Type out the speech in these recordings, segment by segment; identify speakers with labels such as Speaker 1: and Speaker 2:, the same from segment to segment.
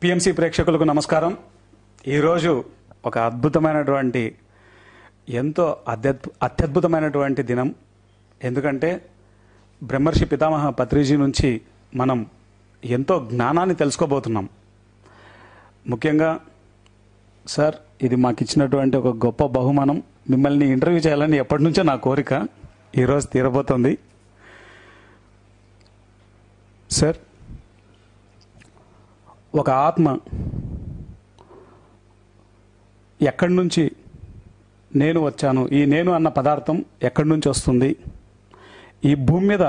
Speaker 1: PMC ప్రేక్షకులకు నమస్కారం ఈరోజు ఒక అద్భుతమైనటువంటి ఎంతో అత్యద్భు అత్యద్భుతమైనటువంటి దినం ఎందుకంటే బ్రహ్మర్షి పితామహ పత్రిజీ నుంచి మనం ఎంతో జ్ఞానాన్ని తెలుసుకోబోతున్నాం ముఖ్యంగా సార్ ఇది మాకు ఇచ్చినటువంటి ఒక గొప్ప బహుమానం మిమ్మల్ని ఇంటర్వ్యూ చేయాలని ఎప్పటి నుంచో నా కోరిక ఈరోజు తీరబోతుంది సార్ ఒక ఆత్మ ఎక్కడి నుంచి నేను వచ్చాను ఈ నేను అన్న పదార్థం ఎక్కడి నుంచి వస్తుంది ఈ భూమి మీద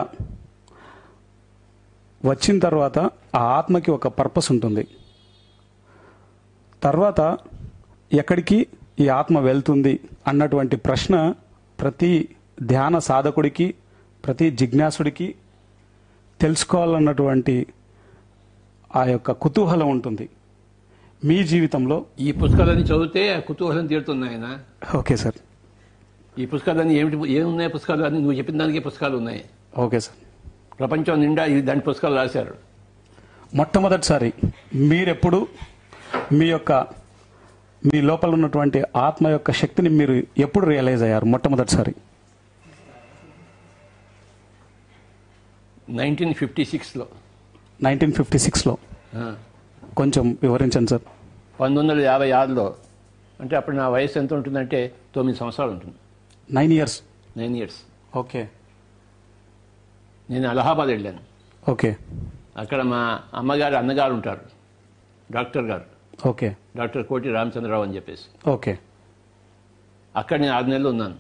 Speaker 1: వచ్చిన తర్వాత ఆ ఆత్మకి ఒక పర్పస్ ఉంటుంది తర్వాత ఎక్కడికి ఈ ఆత్మ వెళ్తుంది అన్నటువంటి ప్రశ్న ప్రతి ధ్యాన సాధకుడికి ప్రతి జిజ్ఞాసుడికి తెలుసుకోవాలన్నటువంటి ఆ యొక్క కుతూహలం ఉంటుంది మీ జీవితంలో
Speaker 2: ఈ పుస్తకాలన్నీ చదివితే ఆ కుతూహలం తీరుతుంది ఆయన
Speaker 1: ఓకే సార్
Speaker 2: ఈ పుస్తకాలన్నీ ఏమిటి ఏమున్నాయి పుస్తకాలు అని నువ్వు చెప్పిన దానికే పుస్తకాలు ఉన్నాయి
Speaker 1: ఓకే సార్
Speaker 2: ప్రపంచం నిండా ఈ దాని పుస్తకాలు రాశారు
Speaker 1: మొట్టమొదటిసారి మీరెప్పుడు మీ యొక్క మీ లోపల ఉన్నటువంటి ఆత్మ యొక్క శక్తిని మీరు ఎప్పుడు రియలైజ్ అయ్యారు మొట్టమొదటిసారి
Speaker 2: నైన్టీన్ ఫిఫ్టీ సిక్స్లో
Speaker 1: నైన్టీన్ ఫిఫ్టీ సిక్స్లో కొంచెం వివరించండి సార్
Speaker 2: పంతొమ్మిది వందల యాభై ఆరులో అంటే అప్పుడు నా వయసు ఎంత ఉంటుందంటే తొమ్మిది సంవత్సరాలు ఉంటుంది
Speaker 1: nine years
Speaker 2: nine years
Speaker 1: okay
Speaker 2: నేను అలహాబాద్ వెళ్ళాను
Speaker 1: ఓకే
Speaker 2: అక్కడ మా అమ్మగారు అన్నగారు ఉంటారు డాక్టర్ గారు
Speaker 1: ఓకే
Speaker 2: డాక్టర్ కోటి రామచంద్రరావు అని చెప్పేసి
Speaker 1: ఓకే
Speaker 2: అక్కడ నేను ఆరు నెలలు ఉన్నాను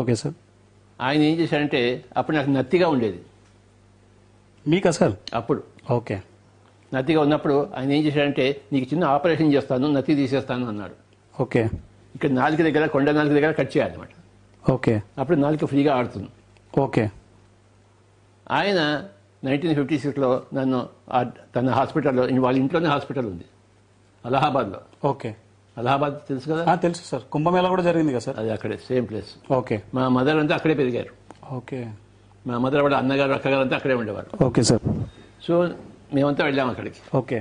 Speaker 1: ఓకే సార్
Speaker 2: ఆయన ఏం చేశారంటే అప్పుడు నాకు నత్తిగా ఉండేది
Speaker 1: మీకా సార్
Speaker 2: అప్పుడు
Speaker 1: ఓకే
Speaker 2: నతిగా ఉన్నప్పుడు ఆయన ఏం చేశాడంటే నీకు చిన్న ఆపరేషన్ చేస్తాను నతి తీసేస్తాను అన్నాడు
Speaker 1: ఓకే
Speaker 2: ఇక్కడ నాలుక దగ్గర కొండ నాలుక దగ్గర కట్ చేయాలన్నమాట
Speaker 1: ఓకే
Speaker 2: అప్పుడు నాలుక ఫ్రీగా ఆడుతుంది
Speaker 1: ఓకే
Speaker 2: ఆయన నైన్టీన్ ఫిఫ్టీ సిక్స్లో నన్ను ఆ తన హాస్పిటల్లో వాళ్ళ ఇంట్లోనే హాస్పిటల్ ఉంది అలహాబాద్లో
Speaker 1: ఓకే
Speaker 2: అలహాబాద్ తెలుసు కదా
Speaker 1: ఆ, తెలుసు సార్ కుంభమేళా కూడా జరిగింది కదా సార్
Speaker 2: అది అక్కడే సేమ్ ప్లేస్
Speaker 1: ఓకే
Speaker 2: మా మదర్ అంతా అక్కడే పెరిగారు
Speaker 1: ఓకే
Speaker 2: మా మదర్ వాళ్ళ అన్నగారు అక్కగారు అంతా అక్కడే ఉండేవారు
Speaker 1: ఓకే సార్
Speaker 2: సో మేమంతా వెళ్ళాము అక్కడికి
Speaker 1: ఓకే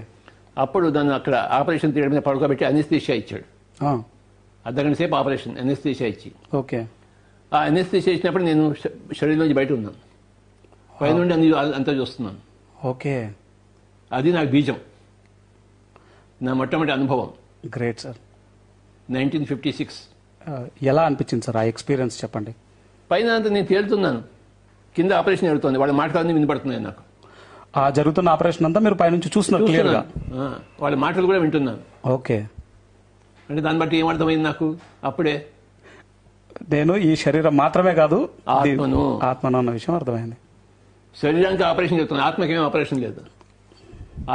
Speaker 2: అప్పుడు నన్ను అక్కడ ఆపరేషన్ తీయడం మీద పడుకోబెట్టి అనిస్తీషియా ఇచ్చాడు
Speaker 1: ఆ,
Speaker 2: అర్ధగంట సేపు ఆపరేషన్ అనిస్తీషియా ఇచ్చి
Speaker 1: ఓకే
Speaker 2: ఆ ఎన్ఎస్టీ చేసినప్పుడు నేను శ- శరీరం నుంచి బయట ఉన్నాను పైనుండి అన్ని అంతా చూస్తున్నాను
Speaker 1: ఓకే
Speaker 2: అది నాకు బీజం నా మొట్టమొదటి అనుభవం
Speaker 1: great sir
Speaker 2: nineteen fifty six
Speaker 1: ఆ, ఎలా అనిపించింది సార్ ఆ ఎక్స్పీరియన్స్ చెప్పండి
Speaker 2: పైన అంతా నేను తేలుతున్నాను కింద ఆపరేషన్ జరుగుతుంది వాళ్ళ మాటలన్నీ వినపడుతున్నాయి నాకు
Speaker 1: ఆ జరుగుతున్న ఆపరేషన్ అంతా మీరు పైనుంచి చూస్తున్నారు క్లియర్ గా
Speaker 2: చూస్తున్నాను. ఆ, వాళ్ళ మాటలు కూడా వింటున్నాను
Speaker 1: ఓకే
Speaker 2: అంటే దాన్ని బట్టి ఏమర్థమైంది నాకు అప్పుడే
Speaker 1: నేను ఈ శరీరం మాత్రమే కాదు దీ-
Speaker 2: ఆత్మను
Speaker 1: ఆత్మను అన్న విషయం అర్థమైంది
Speaker 2: శరీరానికి ఆపరేషన్ చెప్తుంది ఆత్మకేం ఆపరేషన్ లేదు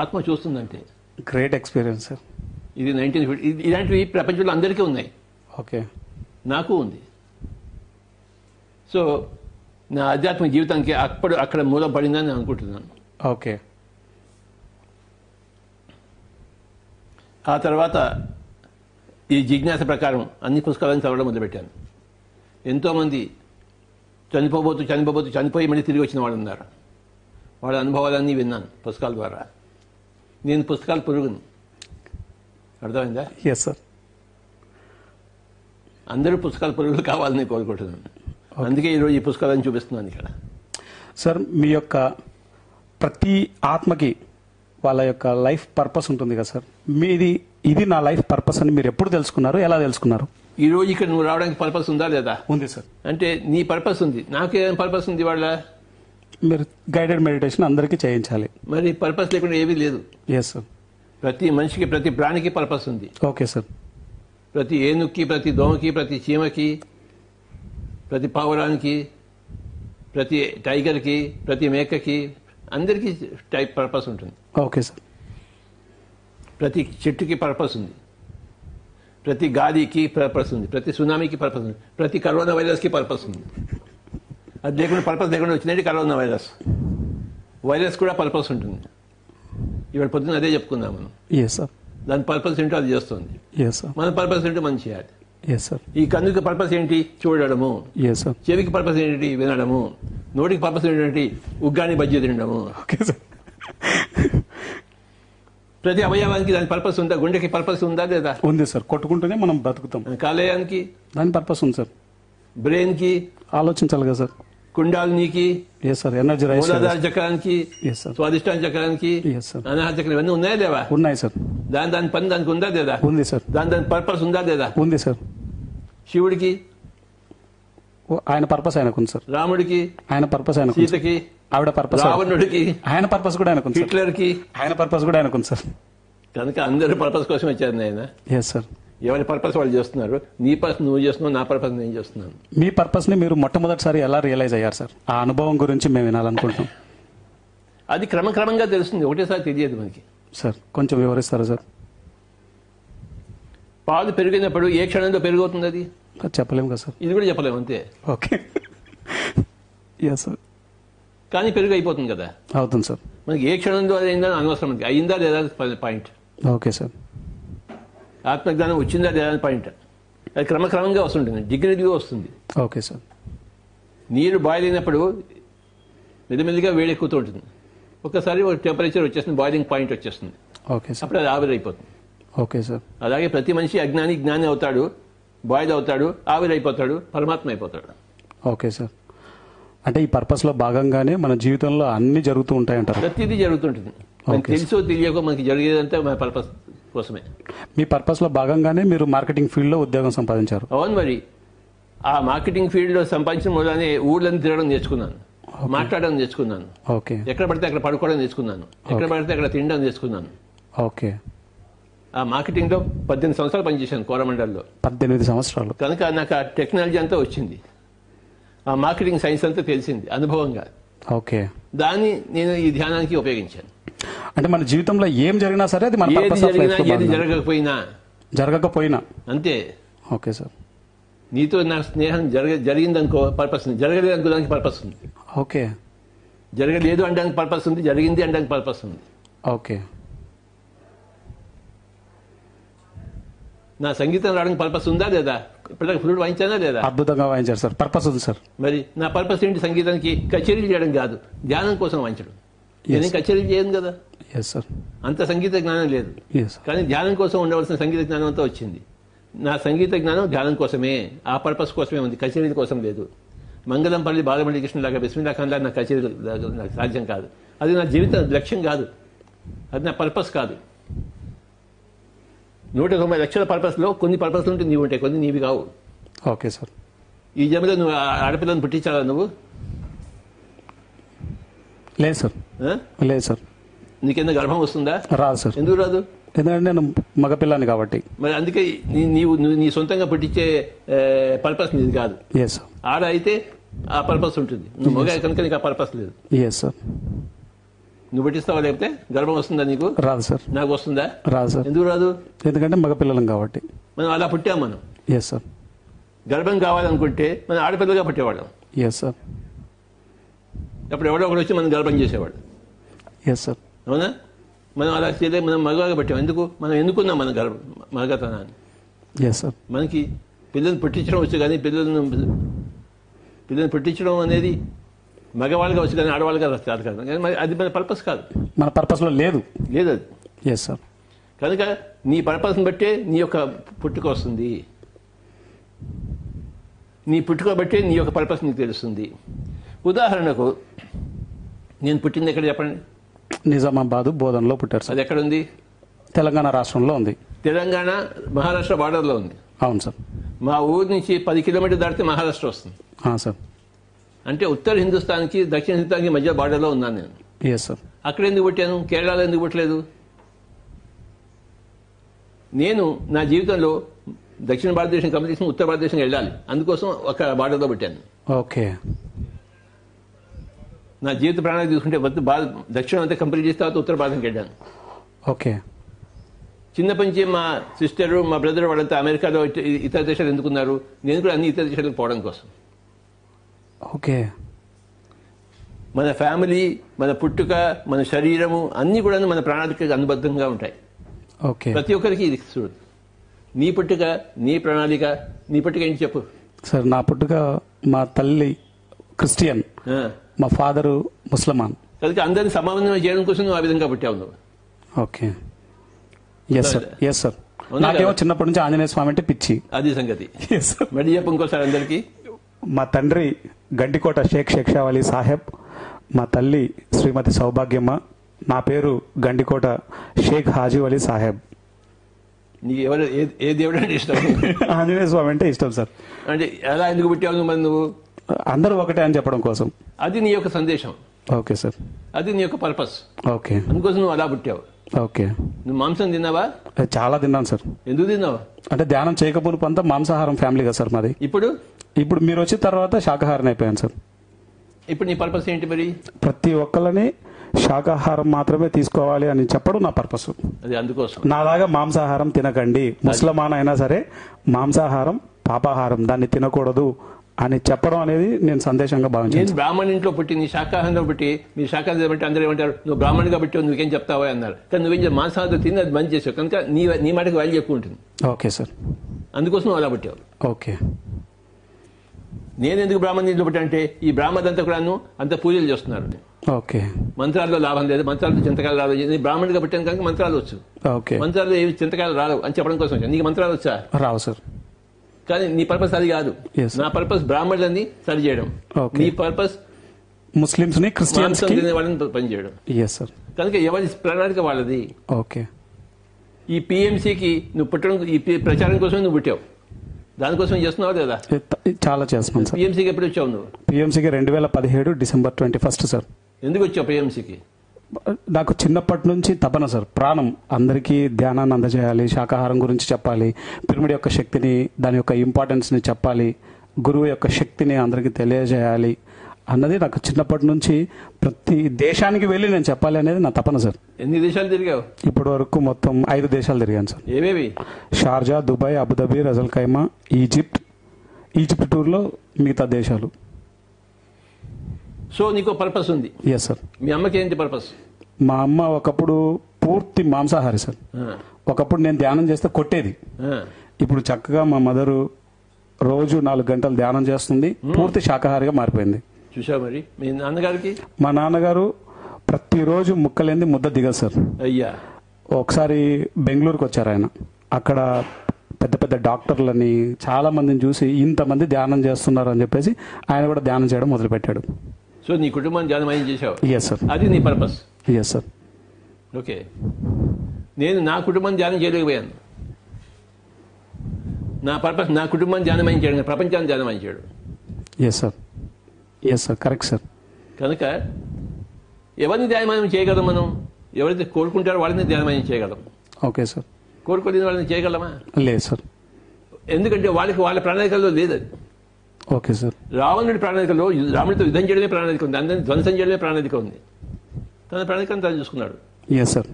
Speaker 2: ఆత్మ చూస్తుందంటే
Speaker 1: గ్రేట్ ఎక్స్పీరియన్స్ సార్
Speaker 2: ఇది నైన్టీన్ ఫిఫ్టీ ఇలాంటివి ప్రపంచంలో అందరికీ ఉన్నాయి
Speaker 1: ఓకే
Speaker 2: నాకు ఉంది సో నా ఆధ్యాత్మిక జీవితానికి అప్పుడు అక్కడ మూలం పడిందని నేను అనుకుంటున్నాను
Speaker 1: ఓకే
Speaker 2: ఆ తర్వాత ఈ జిజ్ఞాస ప్రకారం అన్ని పుస్తకాలను చదవడం మొదలుపెట్టాను ఎంతోమంది చనిపోబోతు చనిపోబోతు చనిపోయి మళ్ళీ తిరిగి వచ్చిన వాళ్ళు ఉన్నారు వాళ్ళ అనుభవాలన్నీ విన్నాను పుస్తకాల ద్వారా నేను పుస్తకాలు పురుగుని అర్థమైందా
Speaker 1: ఎస్ సార్
Speaker 2: అందరూ పుస్తకాలు పురుగులు కావాలని కోరుకుంటున్నాను అందుకే ఈరోజు ఈ పుస్తకాలను చూపిస్తున్నాను ఇక్కడ
Speaker 1: సార్ మీ యొక్క ప్రతి ఆత్మకి వాళ్ళ యొక్క లైఫ్ పర్పస్ ఉంటుంది కదా సార్ మీది ఇది నా లైఫ్ పర్పస్ అని మీరు ఎప్పుడు తెలుసుకున్నారు ఎలా తెలుసుకున్నారు
Speaker 2: ఈరోజు ఇక్కడ నువ్వు రావడానికి పర్పస్ ఉందా లేదా
Speaker 1: ఉంది సార్
Speaker 2: అంటే నీ పర్పస్ ఉంది నాకేం పర్పస్ ఉంది వాళ్ళ
Speaker 1: మీరు గైడెడ్ మెడిటేషన్ అందరికీ చేయించాలి
Speaker 2: మరి పర్పస్ లేకుండా ఏమీ లేదు
Speaker 1: ఎస్ సార్
Speaker 2: ప్రతి మనిషికి ప్రతి ప్రాణికి పర్పస్ ఉంది
Speaker 1: ఓకే సార్
Speaker 2: ప్రతి ఏనుక్కి ప్రతి దోమకి ప్రతి చీమకి ప్రతి పావురానికి ప్రతి టైగర్కి ప్రతి మేకకి అందరికీ టైప్ పర్పస్ ఉంటుంది
Speaker 1: ఓకే సార్
Speaker 2: ప్రతి చెట్టుకి పర్పస్ ఉంది ప్రతి గాలికి పర్పస్ ఉంది ప్రతి సునామీకి పర్పస్ ఉంది ప్రతి కరోనా వైరస్కి పర్పస్ ఉంది అది లేకుండా పర్పస్ లేకుండా వచ్చినట్టు కరోనా వైరస్ వైరస్ కూడా పర్పస్ ఉంటుంది ఇవాళ పొద్దున్న అదే చెప్పుకుందాం మనం
Speaker 1: ఎస్ సార్
Speaker 2: దాని పర్పస్ ఏంటో అది చేస్తుంది
Speaker 1: ఎస్ సార్
Speaker 2: మన పర్పస్ ఏంటో మనం చేయాలి
Speaker 1: ఎస్ సార్
Speaker 2: ఈ కన్నుకి పర్పస్ ఏంటి చూడడము
Speaker 1: ఎస్ సార్
Speaker 2: చెవికి పర్పస్ ఏంటి వినడము నోటికి పర్పస్ ఏంటంటే ఉగ్గాని బజ్జీ తినడము
Speaker 1: ఓకే సార్
Speaker 2: ప్రతి అవయవానికి దాని పర్పస్ ఉందా గుండెకి పర్పస్ ఉందా లేదా
Speaker 1: ఉంది సార్ కొట్టుకుంటూనే మనం బతుకుతాం
Speaker 2: కాలేయానికి
Speaker 1: దాని పర్పస్ ఉంది సార్
Speaker 2: బ్రెయిన్కి
Speaker 1: ఆలోచించాలి కదా సార్
Speaker 2: కుండాలినికి
Speaker 1: ఎస్ సార్ ఎనర్జీ రైస్
Speaker 2: మూలాధార చక్రానికి
Speaker 1: ఎస్ సార్
Speaker 2: స్వాదిష్టాన చక్రానికి
Speaker 1: ఎస్ సార్
Speaker 2: అనాహార చక్రం ఇవన్నీ ఉన్నాయా లేవా
Speaker 1: ఉన్నాయి సార్
Speaker 2: దాని దాని పని దానికి ఉందా లేదా
Speaker 1: ఉంది సార్
Speaker 2: దాని దాని పర్పస్ ఉందా లేదా
Speaker 1: ఉంది సార్
Speaker 2: శివుడికి
Speaker 1: ఓ, ఆయన పర్పస్ ఆయనకుంది సార్
Speaker 2: రాముడికి
Speaker 1: ఆయన పర్పస్ ఆయనకుంది సార్.
Speaker 2: సీతకి
Speaker 1: ఆవిడ పర్పస్ ఆవిడ.
Speaker 2: రావణుడికి
Speaker 1: ఆయన పర్పస్ కూడా ఆయనకుంది సార్
Speaker 2: హిట్లర్కి
Speaker 1: ఆయన పర్పస్ కూడా ఆయనకుంది సార్
Speaker 2: కనుక అందరూ పర్పస్ కోసం వచ్చారు నాయన
Speaker 1: ఎస్ సార్
Speaker 2: ఎవరి పర్పస్ వాళ్ళు చేస్తున్నారు నీ పర్పస్ నువ్వు చేస్తున్నావు నా పర్పస్ నేను చేస్తున్నాను
Speaker 1: మీ పర్పస్ని మీరు మొట్టమొదటిసారి ఎలా రియలైజ్ అయ్యారు సార్ ఆ అనుభవం గురించి మేము వినాలనుకుంటున్నాం
Speaker 2: అది క్రమక్రమంగా తెలుస్తుంది ఒకటేసారి తెలియదు మనకి
Speaker 1: సార్ కొంచెం వివరిస్తారా సార్
Speaker 2: పాలు పెరిగినప్పుడు ఏ క్షణంలో పెరిగవుతుంది అది
Speaker 1: చెప్పలేము కదా సార్
Speaker 2: ఇది కూడా చెప్పలేము అంతే
Speaker 1: ఓకే ఎస్ సార్
Speaker 2: కానీ పెరుగు అయిపోతుంది కదా
Speaker 1: అవుతుంది సార్
Speaker 2: మనకి ఏ క్షణంలో అది అయిందని అనవసరం మనకి అయిందా లేదా అది ప- పాయింట్
Speaker 1: ఓకే సార్
Speaker 2: ఆత్మజ్ఞానం వచ్చిందా లేదా అని పాయింట్ అది క్రమక్రమంగా వస్తుంటుంది డిగ్రీగా వస్తుంది
Speaker 1: ఓకే సార్
Speaker 2: నీరు బాయిల్ అయినప్పుడు మెల్లిమెల్లిగా వేడి ఎక్కుతూ ఉంటుంది ఒక్కసారి ఒక టెంపరేచర్ వచ్చేస్తుంది బాయిలింగ్ పాయింట్ వచ్చేస్తుంది
Speaker 1: ఓకే సార్
Speaker 2: అప్పుడు అది ఆవిరైపోతుంది
Speaker 1: ఓకే సార్
Speaker 2: అలాగే ప్రతి మనిషి అజ్ఞాని జ్ఞాని అవుతాడు బాయిల్ అవుతాడు ఆవిరైపోతాడు పరమాత్మ అయిపోతాడు
Speaker 1: ఓకే సార్ అంటే ఈ పర్పస్లో భాగంగానే మన జీవితంలో అన్ని జరుగుతూ ఉంటాయంటారు
Speaker 2: ప్రతిదీ జరుగుతుంటుంది మనకి
Speaker 1: Okay,
Speaker 2: తెలుసో తెలియకో మనకి జరిగేదంతా మన పర్పస్ కోసమే
Speaker 1: మీ పర్పస్లో భాగంగానే మీరు మార్కెటింగ్ ఫీల్డ్లో ఉద్యోగం సంపాదించారు
Speaker 2: అవును మరి ఆ మార్కెటింగ్ ఫీల్డ్లో సంపాదించిన మూలానే ఊళ్ళని తిరగడం నేర్చుకున్నాను మాట్లాడడం నేర్చుకున్నాను
Speaker 1: ఓకే
Speaker 2: ఎక్కడ పడితే అక్కడ పడుకోవడం నేర్చుకున్నాను ఎక్కడ పడితే అక్కడ తినడం నేర్చుకున్నాను
Speaker 1: ఓకే
Speaker 2: ఆ మార్కెటింగ్లో పద్దెనిమిది సంవత్సరాలు పనిచేశాను కోరమండల్లో
Speaker 1: పద్దెనిమిది సంవత్సరాలు
Speaker 2: కనుక నాకు ఆ టెక్నాలజీ అంతా వచ్చింది ఆ మార్కెటింగ్ సైన్స్ అంతా తెలిసింది అనుభవంగా
Speaker 1: ఓకే
Speaker 2: దాన్ని నేను ఈ ధ్యానానికి ఉపయోగించాను
Speaker 1: అంటే మన జీవితంలో ఏం జరిగినా సరే అది మన
Speaker 2: ఏది
Speaker 1: పర్పస్ ఆఫ్
Speaker 2: జరిగినా
Speaker 1: లైఫ్
Speaker 2: ఏది జరగకపోయినా
Speaker 1: జరగకపోయినా
Speaker 2: అంతే
Speaker 1: ఓకే సార్
Speaker 2: నీతో నా స్నేహం జరగ జరిగిందనుకో పర్పస్ ఉంది జరగలేదు అనుకోవడానికి పర్పస్ ఉంది
Speaker 1: ఓకే
Speaker 2: జరగలేదు అనడానికి పర్పస్ ఉంది జరిగింది అనడానికి పర్పస్ ఉంది
Speaker 1: ఓకే
Speaker 2: నా సంగీతం రావడానికి పర్పస్ ఉందా లేదా ఇప్పటిదాకా ఫ్లూట్ వాయించానా లేదా
Speaker 1: అద్భుతంగా వాయించారు సార్ పర్పస్ ఉంది సార్
Speaker 2: మరి నా పర్పస్ ఏంటి సంగీతానికి కచేరీలు చేయడం కాదు ధ్యానం కోసం వాయించడం నేను కచేరీలు చేయను కదా
Speaker 1: ఎస్ సార్
Speaker 2: అంత సంగీత జ్ఞానం లేదు
Speaker 1: ఎస్ సార్
Speaker 2: కానీ ధ్యానం కోసం ఉండవలసిన సంగీత జ్ఞానం అంతా వచ్చింది నా సంగీత జ్ఞానం ధ్యానం కోసమే ఆ పర్పస్ కోసమే ఉంది కచేరీల కోసం లేదు మంగళంపల్లి బాలమణి కృష్ణ లాగా బిస్మిల్లా ఖాన్ లాగా నా కచేరీ లాగా నాకు సాధ్యం కాదు అది నా జీవిత లక్ష్యం కాదు అది నా పర్పస్ కాదు నూట తొంభై లక్షల పర్పస్లో కొన్ని పర్పస్లు ఉంటే నీవు ఉంటాయి కొన్ని నీవి కావు
Speaker 1: ఓకే సార్
Speaker 2: ఈ జన్మలో నువ్వు ఆ ఆడపిల్లను పుట్టించాలా నువ్వు
Speaker 1: లేదు సార్
Speaker 2: ఆ?
Speaker 1: లేదు సార్
Speaker 2: నీకేందో గర్భం వస్తుందా
Speaker 1: రాదు సార్
Speaker 2: ఎందుకు రాదు
Speaker 1: ఎందుకంటే నేను మగపిల్లాని కాబట్టి
Speaker 2: మరి అందుకే నీ- నీవు నువ్వు నీ సొంతంగా పుట్టించే పర్పస్ నీది కాదు
Speaker 1: ఎస్ సార్
Speaker 2: ఆడ అయితే ఆ పర్పస్ ఉంటుంది నువ్వు మగ కనుక నీకు ఆ పర్పస్ లేదు
Speaker 1: ఎస్ సార్
Speaker 2: నువ్వు పుట్టిస్తావా లేకపోతే గర్భం వస్తుందా నీకు
Speaker 1: రాదు సార్
Speaker 2: నాకు వస్తుందా
Speaker 1: రాదు సార్
Speaker 2: ఎందుకు రాదు
Speaker 1: ఎందుకంటే మగపిల్లలం కాబట్టి
Speaker 2: మనం అలా పుట్టాం మనం
Speaker 1: ఎస్ సార్
Speaker 2: గర్భం కావాలనుకుంటే మనం ఆడపిల్లగా పుట్టేవాళ్ళం
Speaker 1: ఎస్ సార్
Speaker 2: అప్పుడు ఎవడో ఒకడు వచ్చి మనం గర్భం చేసేవాడు
Speaker 1: ఎస్ సార్
Speaker 2: అవునా మనం అలా చేయలేదు మనం మగవాగా పెట్టాం ఎందుకు మనం ఎన్నుకున్నాం మన గర్భం మగతనాన్ని
Speaker 1: ఎస్ సార్
Speaker 2: మనకి పిల్లల్ని పుట్టించడం వచ్చు కానీ పిల్లలను పిల్లల్ని పుట్టించడం అనేది మగవాళ్ళగా వచ్చు కానీ ఆడవాళ్ళగా కాదు కాదు కానీ మరి అది మన పర్పస్ కాదు
Speaker 1: మన పర్పస్లో లేదు
Speaker 2: లేదు అది
Speaker 1: ఎస్ సార్
Speaker 2: కనుక నీ పర్పస్ని బట్టే నీ యొక్క పుట్టుక వస్తుంది నీ పుట్టుక బట్టే నీ యొక్క పర్పస్ నీకు తెలుస్తుంది ఉదాహరణకు నేను పుట్టింది ఎక్కడ చెప్పండి
Speaker 1: నిజామాబాద్ బోధనలో పుట్టారు సార్
Speaker 2: అది ఎక్కడుంది
Speaker 1: తెలంగాణ రాష్ట్రంలో ఉంది
Speaker 2: తెలంగాణ మహారాష్ట్ర బార్డర్లో ఉంది
Speaker 1: అవును సార్
Speaker 2: మా ఊరు నుంచి పది కిలోమీటర్ దాటితే మహారాష్ట్ర వస్తుంది
Speaker 1: ఆ, సార్
Speaker 2: అంటే ఉత్తర హిందుస్థాన్కి దక్షిణ హిందుస్థాన్కి మధ్య బార్డర్లో ఉన్నాను నేను
Speaker 1: ఎస్ సార్
Speaker 2: అక్కడ ఎందుకు పుట్టాను కేరళలో ఎందుకు పుట్టలేదు నేను నా జీవితంలో దక్షిణ భారతదేశం కంపెనీ ఉత్తర భారతదేశం వెళ్ళాలి అందుకోసం ఒక బార్డర్లో పుట్టాను
Speaker 1: ఓకే
Speaker 2: నా జీవిత ప్రణాళిక తీసుకుంటే వద్దు భారత దక్షిణం అంతా కంప్లీట్ చేసిన తర్వాత ఉత్తర భారతంకి వెళ్ళాను
Speaker 1: ఓకే
Speaker 2: చిన్నప్పటి నుంచి మా సిస్టర్ మా బ్రదర్ వాళ్ళంతా అమెరికాలో ఇత- ఇతర దేశాలు ఎందుకున్నారు నేను కూడా అన్ని ఇతర దేశాలకు పోవడం కోసం
Speaker 1: ఓకే
Speaker 2: మన ఫ్యామిలీ మన పుట్టుక మన శరీరము అన్నీ కూడా మన ప్రణాళికకు అనుబద్ధంగా ఉంటాయి
Speaker 1: ఓకే
Speaker 2: ప్రతి ఒక్కరికి ఇది చూడు నీ పుట్టుక నీ ప్రణాళిక నీ పుట్టుక ఏంటి చెప్పు
Speaker 1: సార్ నా పుట్టుక మా తల్లి క్రిస్టియన్
Speaker 2: ఆ.
Speaker 1: మా ఫాదరు ముస్లమాన్
Speaker 2: కనుక అందరిని సమన్వయం చేయడం కోసం నువ్వు ఆ విధంగా పుట్టావు నువ్వు
Speaker 1: okay yes sir yes sir
Speaker 2: ఉంది
Speaker 1: నాకేమో
Speaker 2: కదా?
Speaker 1: చిన్నప్పటి నుంచి ఆంజనేయ స్వామి అంటే పిచ్చి
Speaker 2: అది సంగతి
Speaker 1: ఎస్ సార్
Speaker 2: మళ్ళీ చెప్పు ఇంకోసారి అందరికీ
Speaker 1: మా తండ్రి గంటికోట షేక్ షేక్షావళి సాహెబ్ మా తల్లి శ్రీమతి సౌభాగ్యమ్మ నా పేరు గండికోట షేక్ హాజీ అలీ సాహెబ్
Speaker 2: నీకు ఎవరు ఏ- ఏ దేవుడు అంటే ఇష్టం
Speaker 1: ఆంజనేయ స్వామి అంటే ఇష్టం సార్
Speaker 2: అంటే ఎలా ఎందుకు పెట్టావు నువ్వు మరి నువ్వు
Speaker 1: అందరూ ఒకటే అని చెప్పడం కోసం
Speaker 2: అది నీ యొక్క సందేశం
Speaker 1: ఓకే సార్
Speaker 2: అది నీ యొక్క పర్పస్
Speaker 1: ఓకే
Speaker 2: అందుకోసం నువ్వు అలా పుట్టావు
Speaker 1: ఓకే
Speaker 2: నువ్వు మాంసం తిన్నావా
Speaker 1: చాలా తిన్నాను సార్
Speaker 2: ఎందుకు తిన్నావు
Speaker 1: అంటే ధ్యానం చేయకపోతే అంతా మాంసాహారం ఫ్యామిలీ కదా సార్ మాది
Speaker 2: ఇప్పుడు
Speaker 1: ఇప్పుడు మీరు వచ్చిన తర్వాత శాకాహారం అయిపోయాను సార్
Speaker 2: ఇప్పుడు నీ పర్పస్ ఏంటి మరి
Speaker 1: ప్రతి ఒక్కళ్ళని శాకాహారం మాత్రమే తీసుకోవాలి అని చెప్పడం నా పర్పస్
Speaker 2: అది అందుకోసం
Speaker 1: నాలాగా మాంసాహారం తినకండి ముసలమాన్ అయినా సరే మాంసాహారం పాపాహారం దాన్ని తినకూడదు అని చెప్పడం అనేది నేను సందేశంగా భావించాను
Speaker 2: నేను బ్రాహ్మణ ఇంట్లో పుట్టి నీ శాఖాహారంలో పుట్టి మీ శాఖాహారం బట్టి అందరూ ఏమంటారు నువ్వు బ్రాహ్మణుడిగా పుట్టావు నువ్వేం చెప్తావా అన్నారు కానీ నువ్వేం చెప్పి మాంసాహారం తిని అది మంచి చేసావు కనుక నీ నీ మాటకి వాల్యూ ఎక్కువ ఉంటుంది
Speaker 1: ఓకే సార్
Speaker 2: అందుకోసం నువ్వు అలా పుట్టావు
Speaker 1: ఓకే
Speaker 2: నేను ఎందుకు బ్రాహ్మణ ఇంట్లో పుట్టా అంటే ఈ బ్రాహ్మణులంతా కూడాను అంత పూజలు చేస్తున్నారు
Speaker 1: ఓకే
Speaker 2: మంత్రాల్లో లాభం లేదు మంత్రాలు చింతకాలు రాదు నేను బ్రాహ్మణుడిగా పుట్టాను కనుక మంత్రాలు వచ్చు
Speaker 1: ఓకే
Speaker 2: మంత్రాలు ఏవి చింతకాలు రావు అని చెప్పడం కోసం వచ్చాను. నీకు మంత్రాలు వచ్చా
Speaker 1: రావు సార్
Speaker 2: కానీ నీ పర్పస్ అది కాదు
Speaker 1: Yes.
Speaker 2: నా పర్పస్ బ్రాహ్మణులని సరి చేయడం
Speaker 1: Okay.
Speaker 2: నీ పర్పస్
Speaker 1: ముస్లిమ్స్ని
Speaker 2: మాంసం
Speaker 1: క్రిస్టియన్స్కి
Speaker 2: తినే వాళ్ళని పని చేయడం
Speaker 1: ఎస్ సార్
Speaker 2: కనుక ఎవరి ప్రణాళిక వాళ్ళది
Speaker 1: ఓకే
Speaker 2: ఈ పిఎంసీకి నువ్వు పుట్టడం ఈ పి- ప్రచారం కోసం నువ్వు పుట్టావు దానికోసం చేస్తున్నావు కదా
Speaker 1: ఇది త- ఇది చాలా చేస్తున్నాం సార్
Speaker 2: పిఎంసీకి ఎప్పుడు వచ్చావు నువ్వు
Speaker 1: పిఎంసీకి రెండు వేల పదిహేడు డిసెంబర్ ట్వంటీ ఫస్ట్ సార్
Speaker 2: ఎందుకు వచ్చావు పిఎంసీకి
Speaker 1: నాకు చిన్నప్పటి నుంచి తపన సార్ ప్రాణం అందరికీ ధ్యానాన్ని అందజేయాలి శాకాహారం గురించి చెప్పాలి పిరమిడ్ యొక్క శక్తిని దాని యొక్క ఇంపార్టెన్స్ని చెప్పాలి గురువు యొక్క శక్తిని అందరికీ తెలియజేయాలి అన్నది నాకు చిన్నప్పటి నుంచి ప్రతి దేశానికి వెళ్ళి నేను చెప్పాలి అనేది నా తపన సార్
Speaker 2: ఎన్ని దేశాలు తిరిగావు
Speaker 1: ఇప్పటి వరకు మొత్తం ఐదు దేశాలు తిరిగాను సార్
Speaker 2: ఏవేవి
Speaker 1: Sharjah Dubai Abu Dhabi Ras al Khaimah Egypt Egypt టూర్లో మిగతా దేశాలు
Speaker 2: సో నీకు పర్పస్ ఉంది
Speaker 1: ఎస్ సార్
Speaker 2: మీ అమ్మకి ఏంటి పర్పస్
Speaker 1: మా అమ్మ ఒకప్పుడు పూర్తి మాంసాహారి సార్ ఒకప్పుడు నేను ధ్యానం చేస్తే కొట్టేది ఇప్పుడు చక్కగా మా మదరు రోజు నాలుగు గంటలు ధ్యానం చేస్తుంది పూర్తి శాకాహారిగా మారిపోయింది
Speaker 2: చూసావు మరి మీ నాన్నగారికి
Speaker 1: మా నాన్నగారు ప్రతిరోజు ముక్కలేంది ముద్ద దిగదు సార్
Speaker 2: అయ్యా
Speaker 1: ఒకసారి బెంగళూరుకు వచ్చారు ఆయన అక్కడ పెద్ద పెద్ద డాక్టర్లని చాలా మందిని చూసి ఇంతమంది ధ్యానం చేస్తున్నారు అని చెప్పేసి ఆయన కూడా ధ్యానం చేయడం మొదలుపెట్టాడు
Speaker 2: సో నీ కుటుంబాన్ని జానమయం చేసావు
Speaker 1: ఎస్ సార్
Speaker 2: అది నీ పర్పస్
Speaker 1: ఎస్ సార్
Speaker 2: ఓకే నేను నా కుటుంబం ధ్యానం చేయలేకపోయాను నా పర్పస్ నా కుటుంబం ధ్యానమయం చేయడం కాదు, ప్రపంచాన్ని ధ్యానమయం చేయడం
Speaker 1: yes sir yes sir correct sir
Speaker 2: కనుక ఎవరిని ధ్యానమయం చేయగలం మనం ఎవరైతే కోరుకుంటారో వాళ్ళని ధ్యానమయం చేయగలం
Speaker 1: ఓకే సార్
Speaker 2: కోరుకోలేని వాళ్ళని చేయగలమా
Speaker 1: లేదు సార్
Speaker 2: ఎందుకంటే వాళ్ళకి వాళ్ళ ప్రణాళికల్లో లేదు అది
Speaker 1: ఓకే సార్
Speaker 2: రావణుడి ప్రణాళికలో యు- రాముడితో యుద్ధం చేయడమే ప్రణాళిక ఉంది అందరిని ధ్వంసం చేయడమే ప్రణాళిక ఉంది తన ప్రణాళికను తను చూసుకున్నాడు
Speaker 1: ఎస్ సార్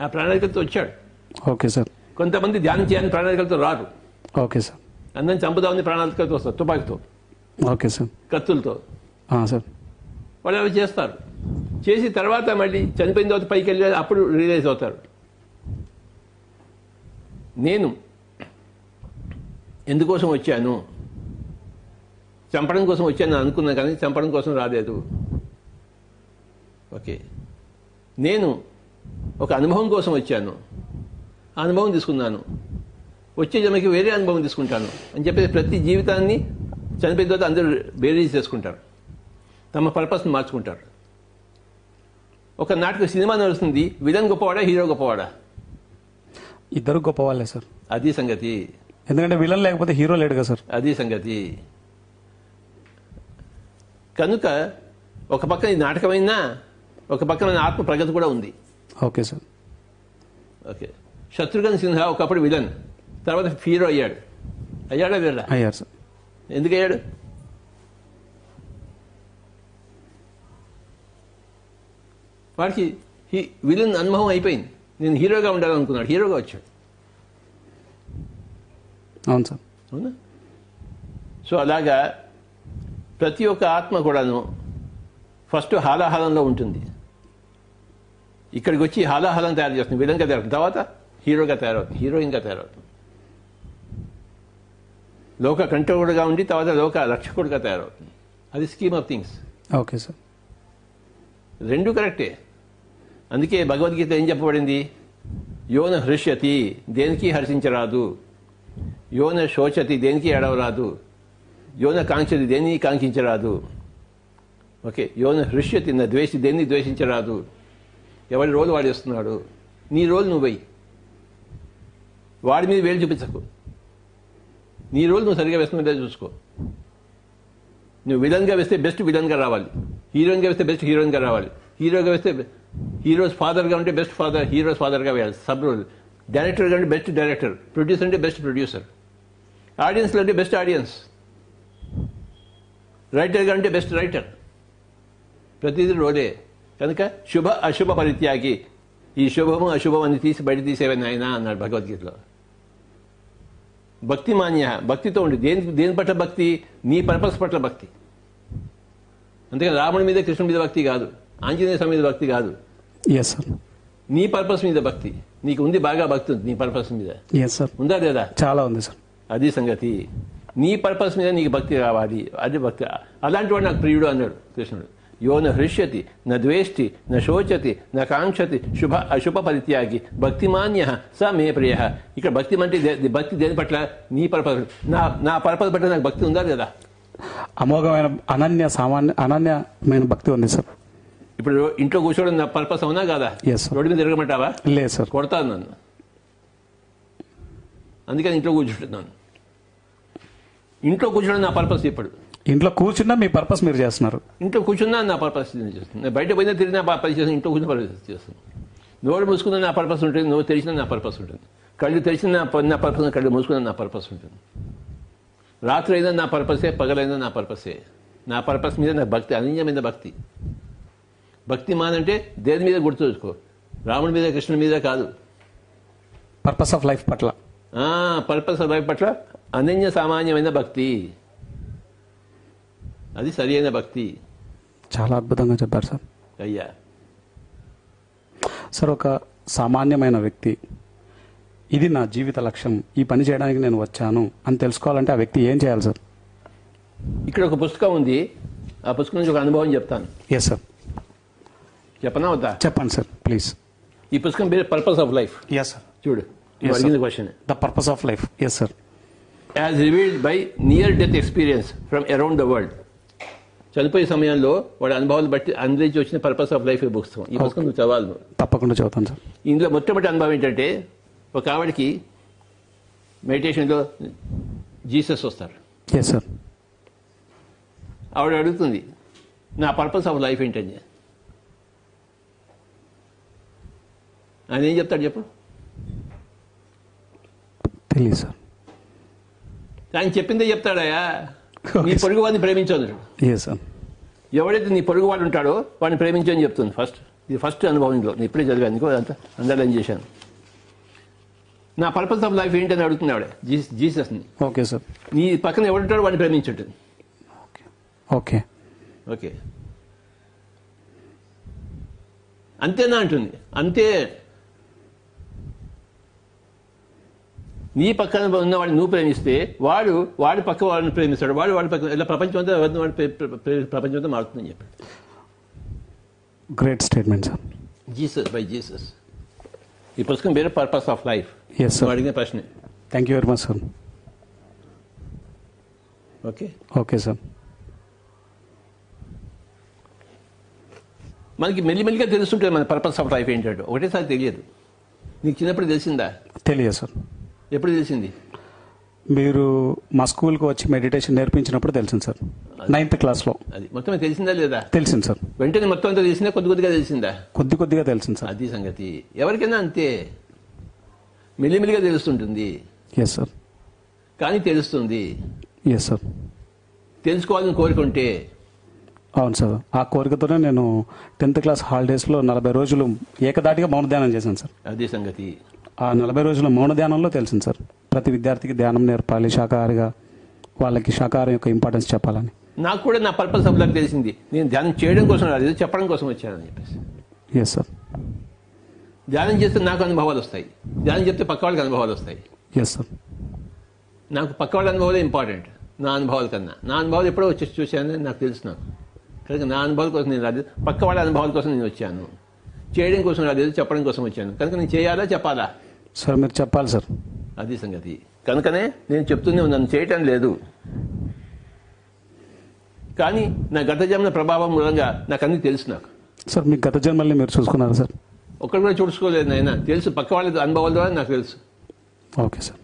Speaker 2: ఆ ప్రణాళికతో వచ్చాడు
Speaker 1: ఓకే సార్
Speaker 2: కొంతమంది ధ్యానం చేయాలని ప్రణాళికలతో రారు
Speaker 1: ఓకే సార్
Speaker 2: అందరిని చంపుదామని ప్రణాళికలతో వస్తారు తుపాకీతో
Speaker 1: ఓకే సార్
Speaker 2: కత్తులతో
Speaker 1: ఆ, సార్
Speaker 2: వాళ్ళు అవి చేస్తారు చేసి తర్వాత మళ్ళీ చనిపోయిన తర్వాత పైకి వెళ్ళి అప్పుడు రిలైజ్ అవుతారు నేను ఎందుకోసం వచ్చాను చంపడం కోసం వచ్చాను అని అనుకున్నా కానీ చంపడం కోసం రాలేదు ఓకే నేను ఒక అనుభవం కోసం వచ్చాను ఆ అనుభవం తీసుకున్నాను వచ్చే జమకి వేరే అనుభవం తీసుకుంటాను అని చెప్పేసి ప్రతి జీవితాన్ని చనిపోయిన తర్వాత అందరూ బేరీజ్ చేసుకుంటారు తమ పర్పస్ని మార్చుకుంటారు ఒక నాటక సినిమా నడుస్తుంది విలన్ గొప్పవాడా హీరో గొప్పవాడా
Speaker 1: ఇద్దరు గొప్ప వాళ్ళే సార్
Speaker 2: అది సంగతి
Speaker 1: ఎందుకంటే విలన్ లేకపోతే హీరో లేడు కదా సార్
Speaker 2: అది సంగతి కనుక ఒక పక్కన ఇది నాటకమైనా ఒక పక్కన నా ఆత్మ ప్రగతి కూడా ఉంది
Speaker 1: okay sir
Speaker 2: okay Shatrughan Sinha ఒకప్పుడు విలన్ తర్వాత హీరో అయ్యాడు అయ్యాడా వీరా
Speaker 1: అయ్యారు సార్
Speaker 2: ఎందుకు అయ్యాడు వాడికి హీ విలన్ అనుభవం అయిపోయింది నేను హీరోగా ఉండాలనుకున్నాడు హీరోగా వచ్చాడు
Speaker 1: అవును సార్
Speaker 2: అవునా సో అలాగా ప్రతి ఒక్క ఆత్మ కూడాను ఫస్ట్ హాలాహలంలో ఉంటుంది ఇక్కడికి వచ్చి హాలాహలం తయారు చేస్తుంది విలన్గా తయారవుతుంది తర్వాత హీరోగా తయారవుతుంది హీరోయిన్గా తయారవుతుంది లోక కంట్రోల్గా ఉండి తర్వాత లోక రక్షకుడిగా తయారవుతుంది అది scheme of things
Speaker 1: okay sir
Speaker 2: రెండు కరెక్టే అందుకే భగవద్గీత ఏం చెప్పబడింది యోన హృష్యతి దేనికి హర్షించరాదు యోన శోచతి దేనికి ఏడవరాదు యోన కాంక్షతి దేన్ని కాంక్షించరాదు ఓకే యోన హృష్యతి నా ద్వేషి దేన్ని ద్వేషించరాదు ఎవరి రోలు వాడు ఇస్తున్నాడు నీ రోలు నువ్వు వెయ్యి వాడి మీద వేలు చూపించకు నీ రోలు నువ్వు సరిగా వేస్తున్నా లేదా చూసుకో నువ్వు విలన్గా వేస్తే బెస్ట్ విలన్గా రావాలి హీరోయిన్గా వేస్తే బెస్ట్ హీరోయిన్గా రావాలి హీరోగా వేస్తే హీరోస్ ఫాదర్గా ఉంటే బెస్ట్ ఫాదర్ హీరోస్ ఫాదర్గా వేయాలి సబ్ రోల్ డైరెక్టర్గా ఉంటే బెస్ట్ డైరెక్టర్ ప్రొడ్యూసర్ అంటే బెస్ట్ ప్రొడ్యూసర్ ఆడియన్స్లో అంటే బెస్ట్ ఆడియన్స్ రైటర్గా అంటే బెస్ట్ రైటర్ ప్రతిదీ రోలే కనుక శుభ అశుభ పరిత్యాగి ఈ శుభము అశుభం అని తీసి బయట తీసేవే నాయన అన్నాడు భగవద్గీతలో భక్తి మాన్య భక్తితో ఉండి దేని దేని పట్ల భక్తి నీ పర్పస్ పట్ల భక్తి అంతేకాదు రాముడి మీద కృష్ణుడి మీద భక్తి కాదు ఆంజనేయ స్వామి మీద భక్తి కాదు
Speaker 1: ఎస్ సార్
Speaker 2: నీ పర్పస్ మీద భక్తి నీకు ఉంది బాగా భక్తి ఉంది నీ పర్పస్ మీద
Speaker 1: ఎస్ సార్
Speaker 2: ఉందా లేదా
Speaker 1: చాలా ఉంది సార్
Speaker 2: అది సంగతి నీ పర్పస్ మీద నీకు భక్తి రావాలి అది భక్తి అలాంటి వాడు నాకు ప్రియుడు అన్నాడు కృష్ణుడు యో న హృష్యతి న ద్వేష్టి న శోచతి న కాంక్షతి శుభ అశుభ పరిత్యాగి భక్తిమాన్య స మే ప్రియ ఇక్కడ భక్తి అంటే దే- దే- భక్తి దేని పట్ల నీ పర్పస్ నా నా పర్పస్ పట్ల నాకు భక్తి ఉందా లేదా
Speaker 1: అమోఘమైన అనన్య సామాన్య అనన్యమైన భక్తి ఉంది సార్
Speaker 2: ఇప్పుడు ఇంట్లో కూర్చోవడం నా పర్పస్ అవునా కాదా
Speaker 1: Yes, sir.
Speaker 2: రోడ్డు మీద తిరగమంటావా
Speaker 1: లేదు సార్
Speaker 2: కొడతాను నన్ను అందుకని ఇంట్లో కూర్చుంటున్నాను ఇంట్లో కూర్చోవడం నా పర్పస్ ఇప్పుడు
Speaker 1: ఇంట్లో కూర్చున్నా మీ పర్పస్ మీరు చేస్తున్నారు
Speaker 2: ఇంట్లో కూర్చున్నా నా పర్పస్ నేను చేస్తాను నేను బయట పోయినా తిరిగినా నా పని చేస్తాను ఇంట్లో కూర్చున్న పర్పస్ చేస్తాను నోరు మూసుకున్నా నా పర్పస్ ఉంటుంది నోరు తెరిచినా నా పర్పస్ ఉంటుంది కళ్ళు తెరిచిన నా ప- నా పర్పస్ ఉంది, కళ్ళు మూసుకున్నా నా పర్పస్ ఉంటుంది రాత్రి అయినా నా పర్పసే పగలైనా నా పర్పసే నా పర్పస్ మీద నా భక్తి అనీయమైన భక్తి భక్తి మానంటే దేని మీద గుర్తు తెచ్చుకో రాముడి మీద కృష్ణుడి మీద కాదు
Speaker 1: పర్పస్ ఆఫ్ లైఫ్ పట్ల
Speaker 2: ఆ, పర్పస్ అబ్బాయి పట్ల అనన్య సామాన్యమైన భక్తి అది సరి అయిన భక్తి
Speaker 1: చాలా అద్భుతంగా చెప్పారు సార్
Speaker 2: అయ్యా
Speaker 1: సార్ ఒక సామాన్యమైన వ్యక్తి ఇది నా జీవిత లక్ష్యం ఈ పని చేయడానికి నేను వచ్చాను అని తెలుసుకోవాలంటే ఆ వ్యక్తి ఏం చేయాలి సార్
Speaker 2: ఇక్కడ ఒక పుస్తకం ఉంది ఆ పుస్తకం నుంచి ఒక అనుభవం చెప్తాను
Speaker 1: ఎస్ సార్
Speaker 2: చెప్పనా వద్దా
Speaker 1: చెప్పండి సార్ ప్లీజ్
Speaker 2: ఈ పుస్తకం పేరు purpose of life
Speaker 1: yes sir
Speaker 2: చూడు నువ్వు
Speaker 1: Yes, sir.
Speaker 2: అడిగిన question
Speaker 1: the purpose of life yes sir
Speaker 2: as revealed by near death experience from around the world చనిపోయే సమయంలో వాడి అనుభవాలు బట్టి అందరించి వచ్చిన పర్పస్ ఆఫ్ లైఫ్ ఈ పుస్తకం ఈ పుస్తకం నువ్వు చదవాలి నువ్వు.
Speaker 1: తప్పకుండా చదువుతాను సార్
Speaker 2: ఇందులో మొట్టమొదటి అనుభవం ఏంటంటే ఒక ఆవిడకి మెడిటేషన్లో జీసస్ వస్తారు
Speaker 1: ఎస్ సార్
Speaker 2: ఆవిడ అడుగుతుంది నా పర్పస్ ఆఫ్ లైఫ్ ఏంటని ఆయన ఏం చెప్తాడు చెప్పు
Speaker 1: తెలియదు సార్
Speaker 2: ఆయన చెప్పిందే చెప్తాడయా
Speaker 1: Okay,
Speaker 2: నీ
Speaker 1: sir.
Speaker 2: పొరుగు వాడిని ప్రేమించదు
Speaker 1: ఎస్ సార్
Speaker 2: ఎవడైతే నీ పొరుగు వాడు ఉంటాడో వాడిని ప్రేమించని చెప్తుంది ఫస్ట్ ఇది ఫస్ట్ అనుభవం ఇందులో నేను ఇప్పుడే చదివాను అందుకో అంత అందరం చేశాను నా పర్పస్ ఆఫ్ లైఫ్ ఏంటని అడుగుతుంది ఆవిడ జీస్ జీసస్ని
Speaker 1: ఓకే సార్
Speaker 2: నీ పక్కన ఎవడుంటాడో వాడిని ప్రేమించుంటుంది
Speaker 1: ఓకే
Speaker 2: ఓకే అంతేనా అంటుంది అంతే నీ పక్కన ఉన్నవాడిని నువ్వు ప్రేమిస్తే వాడు వాడి పక్క వాడిని ప్రేమిస్తాడు వాడు వాడి పక్క ఇలా ప్రపంచం అంతా ఎవరిని వాడి ప్రే- ప్రే- ప్రే- ప్రపంచం అంతా మారుతుందని చెప్పాడు
Speaker 1: great statement sir
Speaker 2: Jesus by Jesus ఈ పుస్తకం పేరు purpose of life
Speaker 1: Yes, sir.
Speaker 2: నువ్వు అడిగిన ప్రశ్నే
Speaker 1: thank you very much sir
Speaker 2: okay
Speaker 1: okay sir
Speaker 2: మనకి మెల్లిమెల్లిగా తెలుస్తుంటుంది మన పర్పస్ ఆఫ్ లైఫ్ ఏంటంటే ఒకటేసారి తెలియదు నీకు చిన్నప్పుడు తెలిసిందా
Speaker 1: తెలియదు సార్
Speaker 2: ఎప్పుడు తెలిసింది
Speaker 1: మీరు మా స్కూల్కి వచ్చి మెడిటేషన్ నేర్పించినప్పుడు తెలిసింది సార్ నైన్త్ క్లాస్లో
Speaker 2: అది మొత్తం తెలిసిందా లేదా
Speaker 1: తెలిసింది సార్
Speaker 2: వెంటనే మొత్తం అంతా తెలిసిందా కొద్ది కొద్దిగా తెలిసిందా
Speaker 1: కొద్ది కొద్దిగా తెలిసింది సార్
Speaker 2: అది సంగతి ఎవరికైనా అంతే మెల్లిమెల్లిగా తెలుస్తుంటుంది
Speaker 1: ఎస్ సార్
Speaker 2: కానీ తెలుస్తుంది
Speaker 1: ఎస్ సార్
Speaker 2: తెలుసుకోవాలని కోరుకుంటే
Speaker 1: అవును సార్ ఆ కోరికతోనే నేను టెన్త్ క్లాస్ హాలిడేస్లో నలభై రోజులు ఏకదాటిగా మౌన ధ్యానం చేశాను సార్
Speaker 2: అదే సంగతి
Speaker 1: ఆ నలభై రోజుల మౌన ధ్యానంలో తెలిసింది సార్ ప్రతి విద్యార్థికి ధ్యానం నేర్పాలి శాకాహారిగా వాళ్ళకి శాకాహారం యొక్క ఇంపార్టెన్స్ చెప్పాలని
Speaker 2: నాకు కూడా నా పర్పస్ ఆఫ్ లైఫ్ తెలిసింది నేను ధ్యానం చేయడం కోసం రాలేదు చెప్పడం కోసం వచ్చానని చెప్పేసి
Speaker 1: ఎస్ సార్
Speaker 2: ధ్యానం చేస్తే నాకు అనుభవాలు వస్తాయి ధ్యానం చెప్తే పక్క వాళ్ళకి అనుభవాలు వస్తాయి
Speaker 1: ఎస్ సార్
Speaker 2: నాకు పక్క వాళ్ళ అనుభవాలే ఇంపార్టెంట్ నా అనుభవాల కన్నా నా అనుభవాలు ఎప్పుడో వచ్చి చూశానని నాకు తెలుసు నాకు కనుక నా అనుభవాల కోసం నేను రాలేదు పక్క వాళ్ళ అనుభవాల కోసం నేను వచ్చాను చేయడం కోసం రాలేదు చెప్పడం కోసం వచ్చాను కనుక నేను చేయాలా చెప్పాలా
Speaker 1: సార్ మీరు చెప్పాలి సార్
Speaker 2: అది సంగతి కనుకనే నేను చెప్తూనే ఉన్నాను చేయటం లేదు కానీ నా గత జన్మల ప్రభావం మూలంగా నాకు అన్ని తెలుసు నాకు
Speaker 1: సార్ మీ గత జన్మల్ని మీరు చూసుకున్నారు సార్
Speaker 2: ఒక్కడు కూడా చూసుకోలేదు నాయన తెలుసు పక్క వాళ్ళ అనుభవాల ద్వారా నాకు తెలుసు
Speaker 1: ఓకే సార్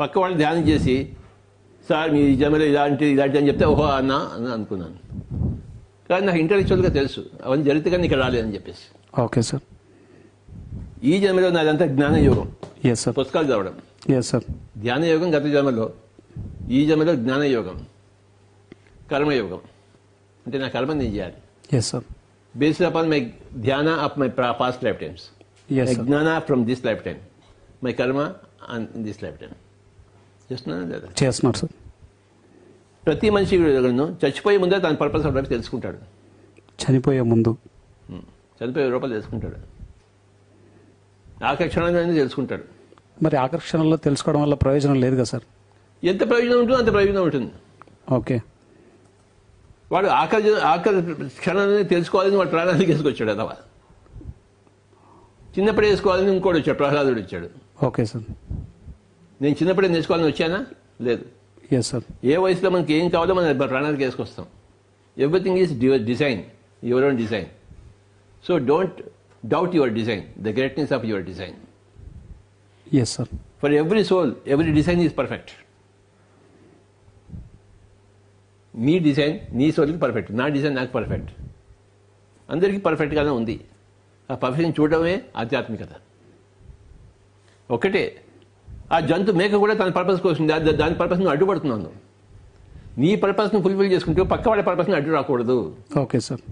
Speaker 2: పక్క వాళ్ళు ధ్యానం చేసి సార్ మీ జన్మలో ఇలాంటి ఇలాంటి అని చెప్తే ఓహో అన్నా అని అనుకున్నాను కానీ నాకు ఇంటలెక్చువల్గా తెలుసు అవన్నీ జరిగితే కానీ ఇక్కడ రాలేదని చెప్పేసి
Speaker 1: ఓకే సార్
Speaker 2: ఈ జన్మలో నాదంతా జ్ఞాన యోగం
Speaker 1: ఎస్ సార్
Speaker 2: పుస్తకాలు చదవడం
Speaker 1: ఎస్ సార్
Speaker 2: ధ్యాన యోగం గత జన్మలో ఈ జన్మలో జ్ఞాన యోగం కర్మయోగం అంటే నా కర్మ నేను చేయాలి
Speaker 1: yes sir
Speaker 2: based upon my ధ్యాన of my past life times
Speaker 1: yes
Speaker 2: my
Speaker 1: sir
Speaker 2: జ్ఞాన from this life time my కర్మ దిస్ లైఫ్ టైం చేస్తున్నాను లేదా
Speaker 1: చేస్తున్నారు సార్
Speaker 2: ప్రతి మనిషి కూడాను చచ్చిపోయే ముందే తన పర్పస్ ఆఫ్ లైఫ్ తెలుసుకుంటాడు
Speaker 1: చనిపోయే ముందు
Speaker 2: ఉం. చనిపోయే రూపాయలు తెలుసుకుంటాడు ఆకర్షణ తెలుసుకుంటాడు
Speaker 1: మరి ఆకర్షణలో తెలుసుకోవడం వల్ల ప్రయోజనం లేదు కదా సార్
Speaker 2: ఎంత ప్రయోజనం ఉంటుందో అంత ప్రయోజనం ఉంటుంది
Speaker 1: ఓకే
Speaker 2: వాడు ఆకలి ఆకలి క్షణాన్ని తెలుసుకోవాలని వాడు ప్రాణాన్ని తీసుకొచ్చాడు అదవా చిన్నప్పుడే వేసుకోవాలని ఇంకోటి వచ్చాడు ప్రహ్లాదుడు వచ్చాడు
Speaker 1: ఓకే సార్
Speaker 2: నేను చిన్నప్పుడే నేర్చుకోవాలని వచ్చానా లేదు
Speaker 1: ఎస్ సార్
Speaker 2: ఏ వయసులో మనకి ఏం కావాలో మనం ప్రాణానికి వేసుకొస్తాం everything is design your own design so don't doubt your design the greatness of your design
Speaker 1: yes sir
Speaker 2: for every soul every design is perfect నీ డిజైన్ నీ సోల్కి పర్ఫెక్ట్ నా డిజైన్ నాకు పర్ఫెక్ట్ అందరికీ పర్ఫెక్ట్గానే ఉంది ఆ పర్ఫెక్షన్ చూడడమే ఆధ్యాత్మికత ఒకటే ఆ జంతు మేక కూడా తన పర్పస్ కోసం దా- దాని పర్పస్ను అడ్డుపడుతున్నాను నీ పర్పస్ను ఫుల్ఫిల్ చేసుకుంటూ పక్క వాళ్ళ పర్పస్ని అడ్డు రాకూడదు
Speaker 1: ఓకే సార్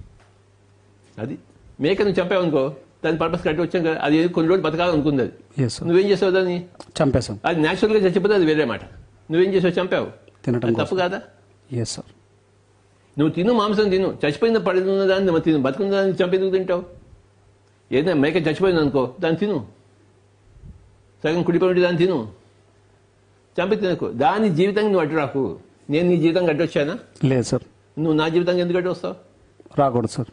Speaker 2: అది మేకను చంపావనుకో దాని పర్పస్కి అడ్డు వచ్చాం కదా అది కొన్ని రోజులు బతకాలనుకుంది అది
Speaker 1: ఎస్ సార్
Speaker 2: నువ్వేం చేసావు దాన్ని
Speaker 1: చంపేశాం
Speaker 2: అది న్యాచురల్గా చచ్చిపోతే అది వేరే మాట నువ్వేం చేసావు చంపావు
Speaker 1: తినటం
Speaker 2: అది తప్పు కాదా
Speaker 1: ఎస్ సార్
Speaker 2: నువ్వు తిను మాంసం తిను చచ్చిపోయిన పడిన దాన్ని నువ్వు తిను బతుకున్న దాన్ని చంపేందుకు తింటావు ఏదైనా మేక చచ్చిపోయింది అనుకో దాన్ని తిను సగం కుడిపోయి దాన్ని తిను చంపి తినకు దాని జీవితానికి నువ్వు అడ్డు రాకు నేను నీ జీవితానికి అడ్డు వచ్చానా
Speaker 1: లేదు సార్
Speaker 2: నువ్వు నా జీవితానికి ఎందుకు అడ్డు వస్తావు
Speaker 1: రాకూడదు సార్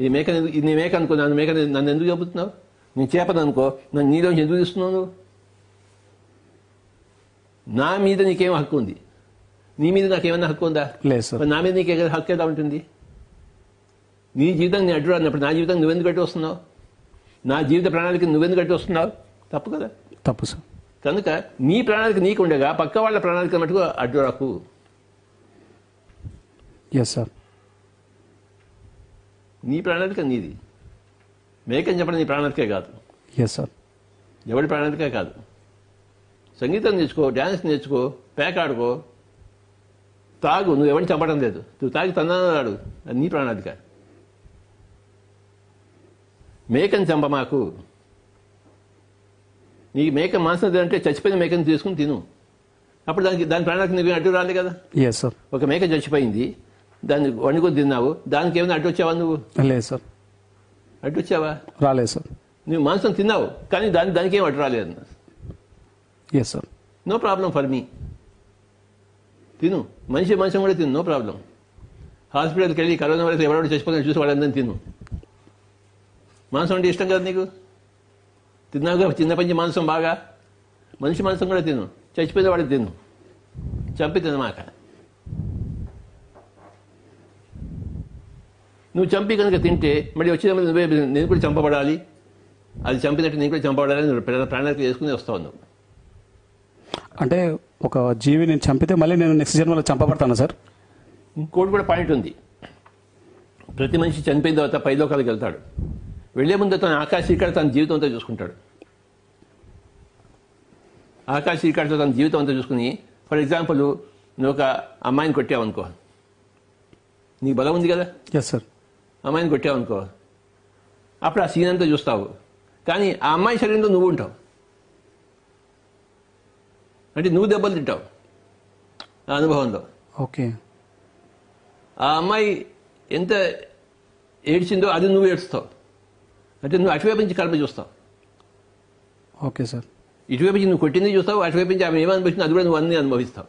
Speaker 2: ఇది మేక ఇది నీ మేక అనుకో నన్ను మేక నన్ను ఎందుకు చెబుతున్నావు నేను చేపను అనుకో నన్ను నీలోంచి ఎందుకు తీస్తున్నావు నువ్వు? నా మీద నీకేం హక్కు ఉంది నీ మీద నాకేమైనా హక్కు ఉందా
Speaker 1: లేదు సార్
Speaker 2: మరి నా మీద నీకే కదా హక్కు ఎలా ఉంటుంది నీ జీవితం నేను అడ్డు రానప్పుడు నా జీవితం నువ్వెందుకు అడ్డు వస్తున్నావు నా జీవిత ప్రణాళిక నువ్వెందుకు అడ్డు వస్తున్నావు తప్పు కదా
Speaker 1: తప్పు సార్
Speaker 2: కనుక నీ ప్రణాళిక నీకు ఉండగా పక్క వాళ్ళ ప్రణాళిక మటుకు అడ్డు రాకు
Speaker 1: ఎస్ సార్
Speaker 2: నీ ప్రణాళిక నీది మేకని చెప్పడం నీ ప్రణాళికే కాదు
Speaker 1: ఎస్ సార్
Speaker 2: ఎవడి ప్రాణానికే కాదు సంగీతం నేర్చుకో డ్యాన్స్ నేర్చుకో పేక ఆడుకో తాగు నువ్వు ఎవరిని చంపడం లేదు నువ్వు తాగి తన్నాడు అది నీ ప్రాణాధిక మేకని చంప మాకు నీ మేక మాంసం తినంటే చచ్చిపోయిన మేకని తీసుకుని తిను అప్పుడు దానికి దాని ప్రాణానికి నువ్వు అడ్డు రాలే కదా
Speaker 1: ఎస్ సార్
Speaker 2: ఒక మేక చచ్చిపోయింది దాన్ని వండుకొని తిన్నావు దానికి ఏమైనా అడ్డు వచ్చావా నువ్వు
Speaker 1: లేదు సార్
Speaker 2: అడ్డు వచ్చావా
Speaker 1: రాలేదు సార్
Speaker 2: నువ్వు మాంసం తిన్నావు కానీ దాని దానికి ఏం అడ్డు రాలేదు
Speaker 1: yes sir
Speaker 2: no problem for me తిను మనిషి మనిషి కూడా తిను నో ప్రాబ్లం హాస్పిటల్కి వెళ్ళి కరోనా వైరస్ ఎవడో చచ్చిపోతే చూసి వాళ్ళందరినీ తిను మాంసం అంటే ఇష్టం కదా నీకు తిన్నావు కదా చిన్న పంచి మాంసం బాగా మనిషి మాంసం కూడా తిను చచ్చిపోతే వాడికి తిను చంపి తినమాక నువ్వు చంపి కనుక తింటే మళ్ళీ వచ్చేటప్పుడు నువ్వే నేను కూడా చంపబడాలి అది చంపినట్టు నేను కూడా చంపబడాలి అని నువ్వు ప్రాణాలకు వేసుకుని వస్తావు నువ్వు
Speaker 1: అంటే ఒక జీవి నేను చంపితే మళ్ళీ నేను నెక్స్ట్ జన్మలో చంపబడతాను సార్
Speaker 2: ఇంకోటి కూడా పాయింట్ ఉంది ప్రతి మనిషి చనిపోయిన తర్వాత పైలోకాలకు వెళ్తాడు వెళ్ళే ముందు తన ఆకాశ ఇక్కడ తన జీవితం అంతా చూసుకుంటాడు ఆకాశ ఇక్కడతో తన జీవితం అంతా చూసుకుని ఫర్ ఎగ్జాంపుల్ నువ్వు ఒక అమ్మాయిని కొట్టావనుకో నీకు బలం ఉంది కదా
Speaker 1: ఎస్ సార్
Speaker 2: అమ్మాయిని కొట్టావనుకో అప్పుడు ఆ సీన్ అంతా చూస్తావు కానీ ఆ అమ్మాయి శరీరంలో నువ్వు ఉంటావు అంటే నువ్వు దెబ్బలు తింటావు ఆ అనుభవంలో
Speaker 1: ఓకే
Speaker 2: ఆ అమ్మాయి ఎంత ఏడ్చిందో అది నువ్వు ఏడుస్తావు అంటే నువ్వు అటువైపు నుంచి కర్మ చూస్తావు
Speaker 1: ఓకే సార్
Speaker 2: ఇటువైపు నుంచి నువ్వు కొట్టింది చూస్తావు అటువైపు నుంచి ఆమె ఏమనిపిస్తుంది అది కూడా నువ్వు అన్ని అనుభవిస్తావు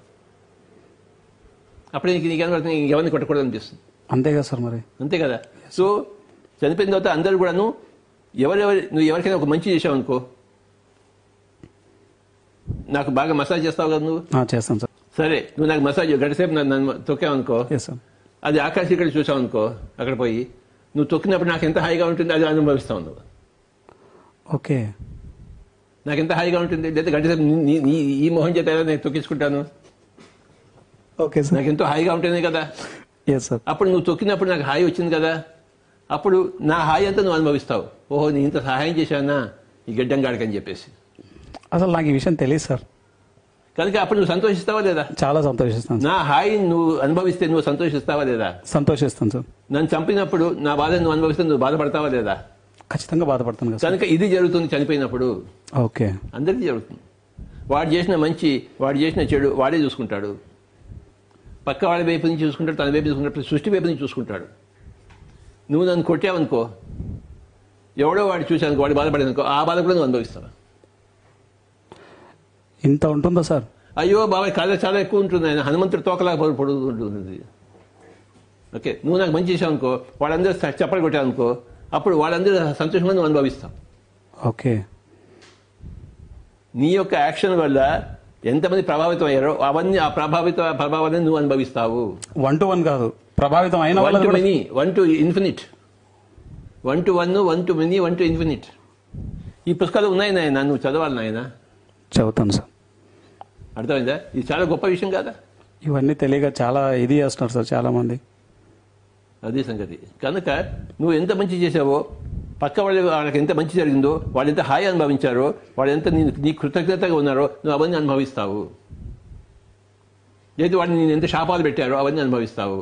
Speaker 2: అప్పుడే నీకు నీకేమని ఇంకెవరిని కొట్టకూడదు అనిపిస్తుంది
Speaker 1: అంతే కదా సార్ మరి
Speaker 2: అంతే కదా సో చనిపోయిన తర్వాత అందరూ కూడాను ఎవరెవరి నువ్వు ఎవరికైనా ఒక మంచి చేసావు అనుకో నాకు బాగా మసాజ్ చేస్తావు కదా నువ్వు
Speaker 1: ఆ, చేస్తాను సార్
Speaker 2: సరే నువ్వు నాకు మసాజ్ గడిసేపు నన్ను నన్ను తొక్కావనుకో
Speaker 1: ఎస్ సార్
Speaker 2: అది ఆకాశం ఇక్కడ చూసావు అనుకో అక్కడ పోయి నువ్వు తొక్కినప్పుడు నాకు ఎంత హాయిగా ఉంటుంది అది అనుభవిస్తావు నువ్వు
Speaker 1: ఓకే
Speaker 2: నాకు ఎంత హాయిగా ఉంటుంది లేదా గంటసేపు నీ- నీ- నీ ఈ మొహం చేత ఎలా నేను తొక్కించుకుంటాను
Speaker 1: ఓకే సార్
Speaker 2: నాకు ఎంతో హాయిగా ఉంటుంది కదా
Speaker 1: ఎస్ సార్
Speaker 2: అప్పుడు నువ్వు తొక్కినప్పుడు నాకు హాయి వచ్చింది కదా అప్పుడు నా హాయి అంతా నువ్వు అనుభవిస్తావు ఓహో నేను ఇంత సహాయం చేశానా ఈ గడ్డం గాడికని చెప్పేసి
Speaker 1: అసలు నాకు ఈ విషయం తెలియదు సార్
Speaker 2: కనుక అప్పుడు నువ్వు సంతోషిస్తావా లేదా
Speaker 1: చాలా సంతోషిస్తాను సార్
Speaker 2: నా హాయిని నువ్వు అనుభవిస్తే నువ్వు సంతోషిస్తావా లేదా
Speaker 1: సంతోషిస్తాను సార్
Speaker 2: నన్ను చంపినప్పుడు నా బాధను నువ్వు అనుభవిస్తే నువ్వు బాధపడతావా లేదా
Speaker 1: ఖచ్చితంగా బాధపడతాను కదా సార్
Speaker 2: కనుక ఇది జరుగుతుంది చనిపోయినప్పుడు
Speaker 1: ఓకే
Speaker 2: అందరికీ జరుగుతుంది వాడు చేసిన మంచి వాడు చేసిన చెడు వాడే చూసుకుంటాడు పక్క వాడి వైపు నుంచి చూసుకుంటాడు తన వైపు చూసుకుంటాడు సృష్టి వైపు నుంచి చూసుకుంటాడు నువ్వు నన్ను కొట్టావనుకో ఎవడో వాడు చూశానుకో వాడు బాధపడేదనుకో ఆ బాధ కూడా నువ్వు అనుభవిస్తావు
Speaker 1: ఇంత ఉంటుందా సార్
Speaker 2: అయ్యో బాబాయ్ కథ చాలా ఎక్కువ ఉంటుంది ఆయన హనుమంతుడు తోకలా పొడుగుతుంటుంది ఓకే నువ్వు నాకు మంచి చేసావు అనుకో వాళ్ళందరూ చప్పలు కొట్టావనుకో అప్పుడు వాళ్ళందరూ సంతోషంగా నువ్వు అనుభవిస్తావు
Speaker 1: ఓకే
Speaker 2: నీ యొక్క యాక్షన్ వల్ల ఎంతమంది ప్రభావితం అయ్యారో అవన్నీ ఆ ప్రభావిత ప్రభావాన్ని నువ్వు అనుభవిస్తావు
Speaker 1: వన్ టు వన్ కాదు ప్రభావితం అయిన
Speaker 2: వన్ టు
Speaker 1: వాళ్ళు
Speaker 2: many one to infinite one to one one to many one to infinite ఈ పుస్తకాలు ఉన్నాయి నాయన నువ్వు చదవాలి నాయన
Speaker 1: చదువుతాను సార్
Speaker 2: అర్థమైందా ఇది చాలా గొప్ప విషయం కాదా
Speaker 1: ఇవన్నీ తెలియక చాలా ఇది చేస్తున్నారు సార్ చాలా మంది
Speaker 2: అదే సంగతి కనుక నువ్వు ఎంత మంచి చేసావో పక్క వాళ్ళ వాళ్ళకి ఎంత మంచి జరిగిందో వాళ్ళు ఎంత హాయి అనుభవించారో వాళ్ళు ఎంత నీ నీ కృతజ్ఞతగా ఉన్నారో నువ్వు అవన్నీ అనుభవిస్తావు లేదు వాళ్ళు నేను ఎంత శాపాలు పెట్టారో అవన్నీ అనుభవిస్తావు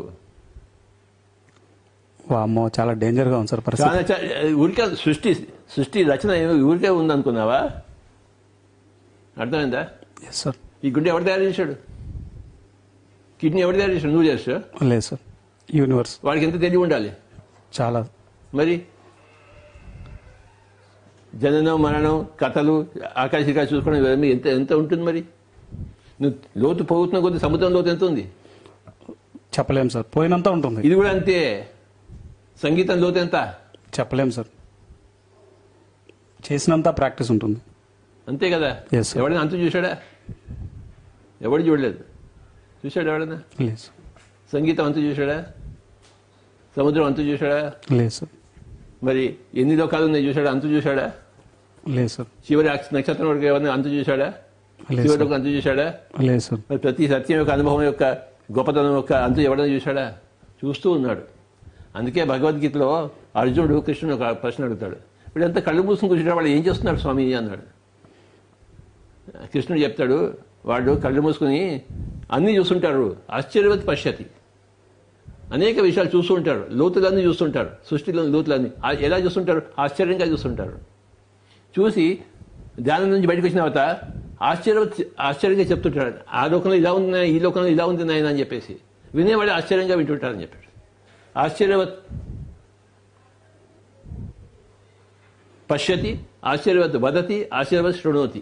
Speaker 1: వామ్మో చాలా డేంజర్ గా ఉంది సార్ పరిస్థితి
Speaker 2: చాలా చా- ఊరికే సృష్టి సృష్టి రచన ఏమి ఊరికే ఉందనుకున్నావా అర్థమైందా
Speaker 1: ఎస్ సార్
Speaker 2: ఈ గుండె ఎవరు తయారు చేశాడు కిడ్నీ ఎవరు తయారు చేశాడు నువ్వు చేస్తావు
Speaker 1: లేదు సార్ యూనివర్స్
Speaker 2: వాడికి ఎంత తెలివి ఉండాలి
Speaker 1: చాలా
Speaker 2: మరి జననం మరణం కథలు ఆకాశిక చూసుకోవడం ఇవన్నీ ఎంత ఎంత ఉంటుంది మరి నువ్వు లోతు పోగుతున్న కొద్ది సముద్రం లోతు ఎంత ఉంది
Speaker 1: చెప్పలేం సార్ పోయినంత ఉంటుంది
Speaker 2: ఇది కూడా అంతే సంగీతం లోతు ఎంత
Speaker 1: చెప్పలేం సార్ చేసినంత ప్రాక్టీస్ ఉంటుంది
Speaker 2: అంతే కదా
Speaker 1: Yes, sir.
Speaker 2: ఎవడైనా అంత చూశాడా ఎవడు చూడలేదు చూశాడు ఎవడైనా
Speaker 1: లేదు సార్
Speaker 2: సంగీతం అంత చూశాడా సముద్రం అంత చూశాడా
Speaker 1: లేదు సార్
Speaker 2: మరి ఎన్ని లోకాలు ఉన్నాయి చూశాడా అంత చూశాడా
Speaker 1: లేదు సార్
Speaker 2: చివరి అక్ష- నక్షత్రం వరకు ఏమైనా అంత చూశాడా
Speaker 1: లేదు
Speaker 2: చివరి
Speaker 1: సార్
Speaker 2: వరకు అంత చూశాడా
Speaker 1: లేదు సార్
Speaker 2: మరి ప్రతి సత్యం యొక్క అనుభవం యొక్క గొప్పతనం యొక్క అంతు ఎవడైనా చూశాడా చూస్తూ ఉన్నాడు అందుకే భగవద్గీతలో అర్జునుడు కృష్ణుడు ఒక ప్రశ్న అడుగుతాడు వీడంతా కళ్ళు మూసుకుని కూర్చుంటే వాళ్ళు ఏం చేస్తున్నారు స్వామి అన్నాడు కృష్ణుడు చెప్తాడు వాళ్ళు కళ్ళు మూసుకుని అన్నీ చూస్తుంటారు ఆశ్చర్యవతి పశ్యతి అనేక విషయాలు చూస్తూ ఉంటారు లోతులన్నీ చూస్తుంటారు సృష్టిలో లోతులన్నీ ఆ- ఎలా చూస్తుంటారు ఆశ్చర్యంగా చూస్తుంటారు చూసి ధ్యానం నుంచి బయటకు వచ్చిన తర్వాత ఆశ్చర్య ఆశ్చర్యంగా చెప్తుంటాడు ఆ లోకంలో ఇలా ఉంది నాయన, ఈ లోకంలో ఇలా ఉంది నాయన అని చెప్పేసి వినేవాడు ఆశ్చర్యంగా వింటుంటారని చెప్పాడు ఆశ్చర్యవత్ పశ్యతి ఆశ్చర్యవత్ వదతి ఆశ్చర్యవత్ శృణోతి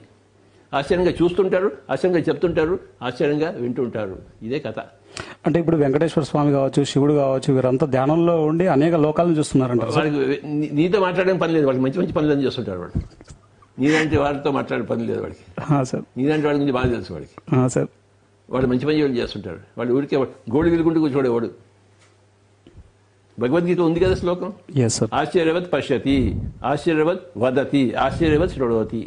Speaker 2: ఆశ్చర్యంగా చూస్తుంటారు ఆశ్చర్యంగా చెప్తుంటారు ఆశ్చర్యంగా వింటుంటారు ఇదే కథ
Speaker 1: అంటే ఇప్పుడు వెంకటేశ్వర స్వామి కావచ్చు శివుడు కావచ్చు వీరంతా ధ్యానంలో ఉండి అనేక లోకాలను చూస్తున్నారంట సార్
Speaker 2: వాళ్ళకి నీ- నీతో మాట్లాడడం పని లేదు వాళ్ళకి మంచి మంచి పనులు చేస్తుంటారు వాళ్ళు నీలాంటి వాళ్ళతో మాట్లాడే పని లేదు వాడికి
Speaker 1: ఆ, సార్
Speaker 2: నీలాంటి వాళ్ళ గురించి బాగా తెలుసు వాడికి
Speaker 1: ఆ, సార్
Speaker 2: వాడు మంచి మంచి వాళ్ళు చేస్తుంటారు వాళ్ళు ఊరికే గోడు గిలుకుంటూ కూర్చోడేవాడు భగవద్గీత ఉంది కదా శ్లోకం
Speaker 1: ఎస్ సార్
Speaker 2: ఆశ్చర్యవత్ పశ్యతి ఆశ్చర్యవత్ వదతి ఆశ్చర్యవత్ శృణోతి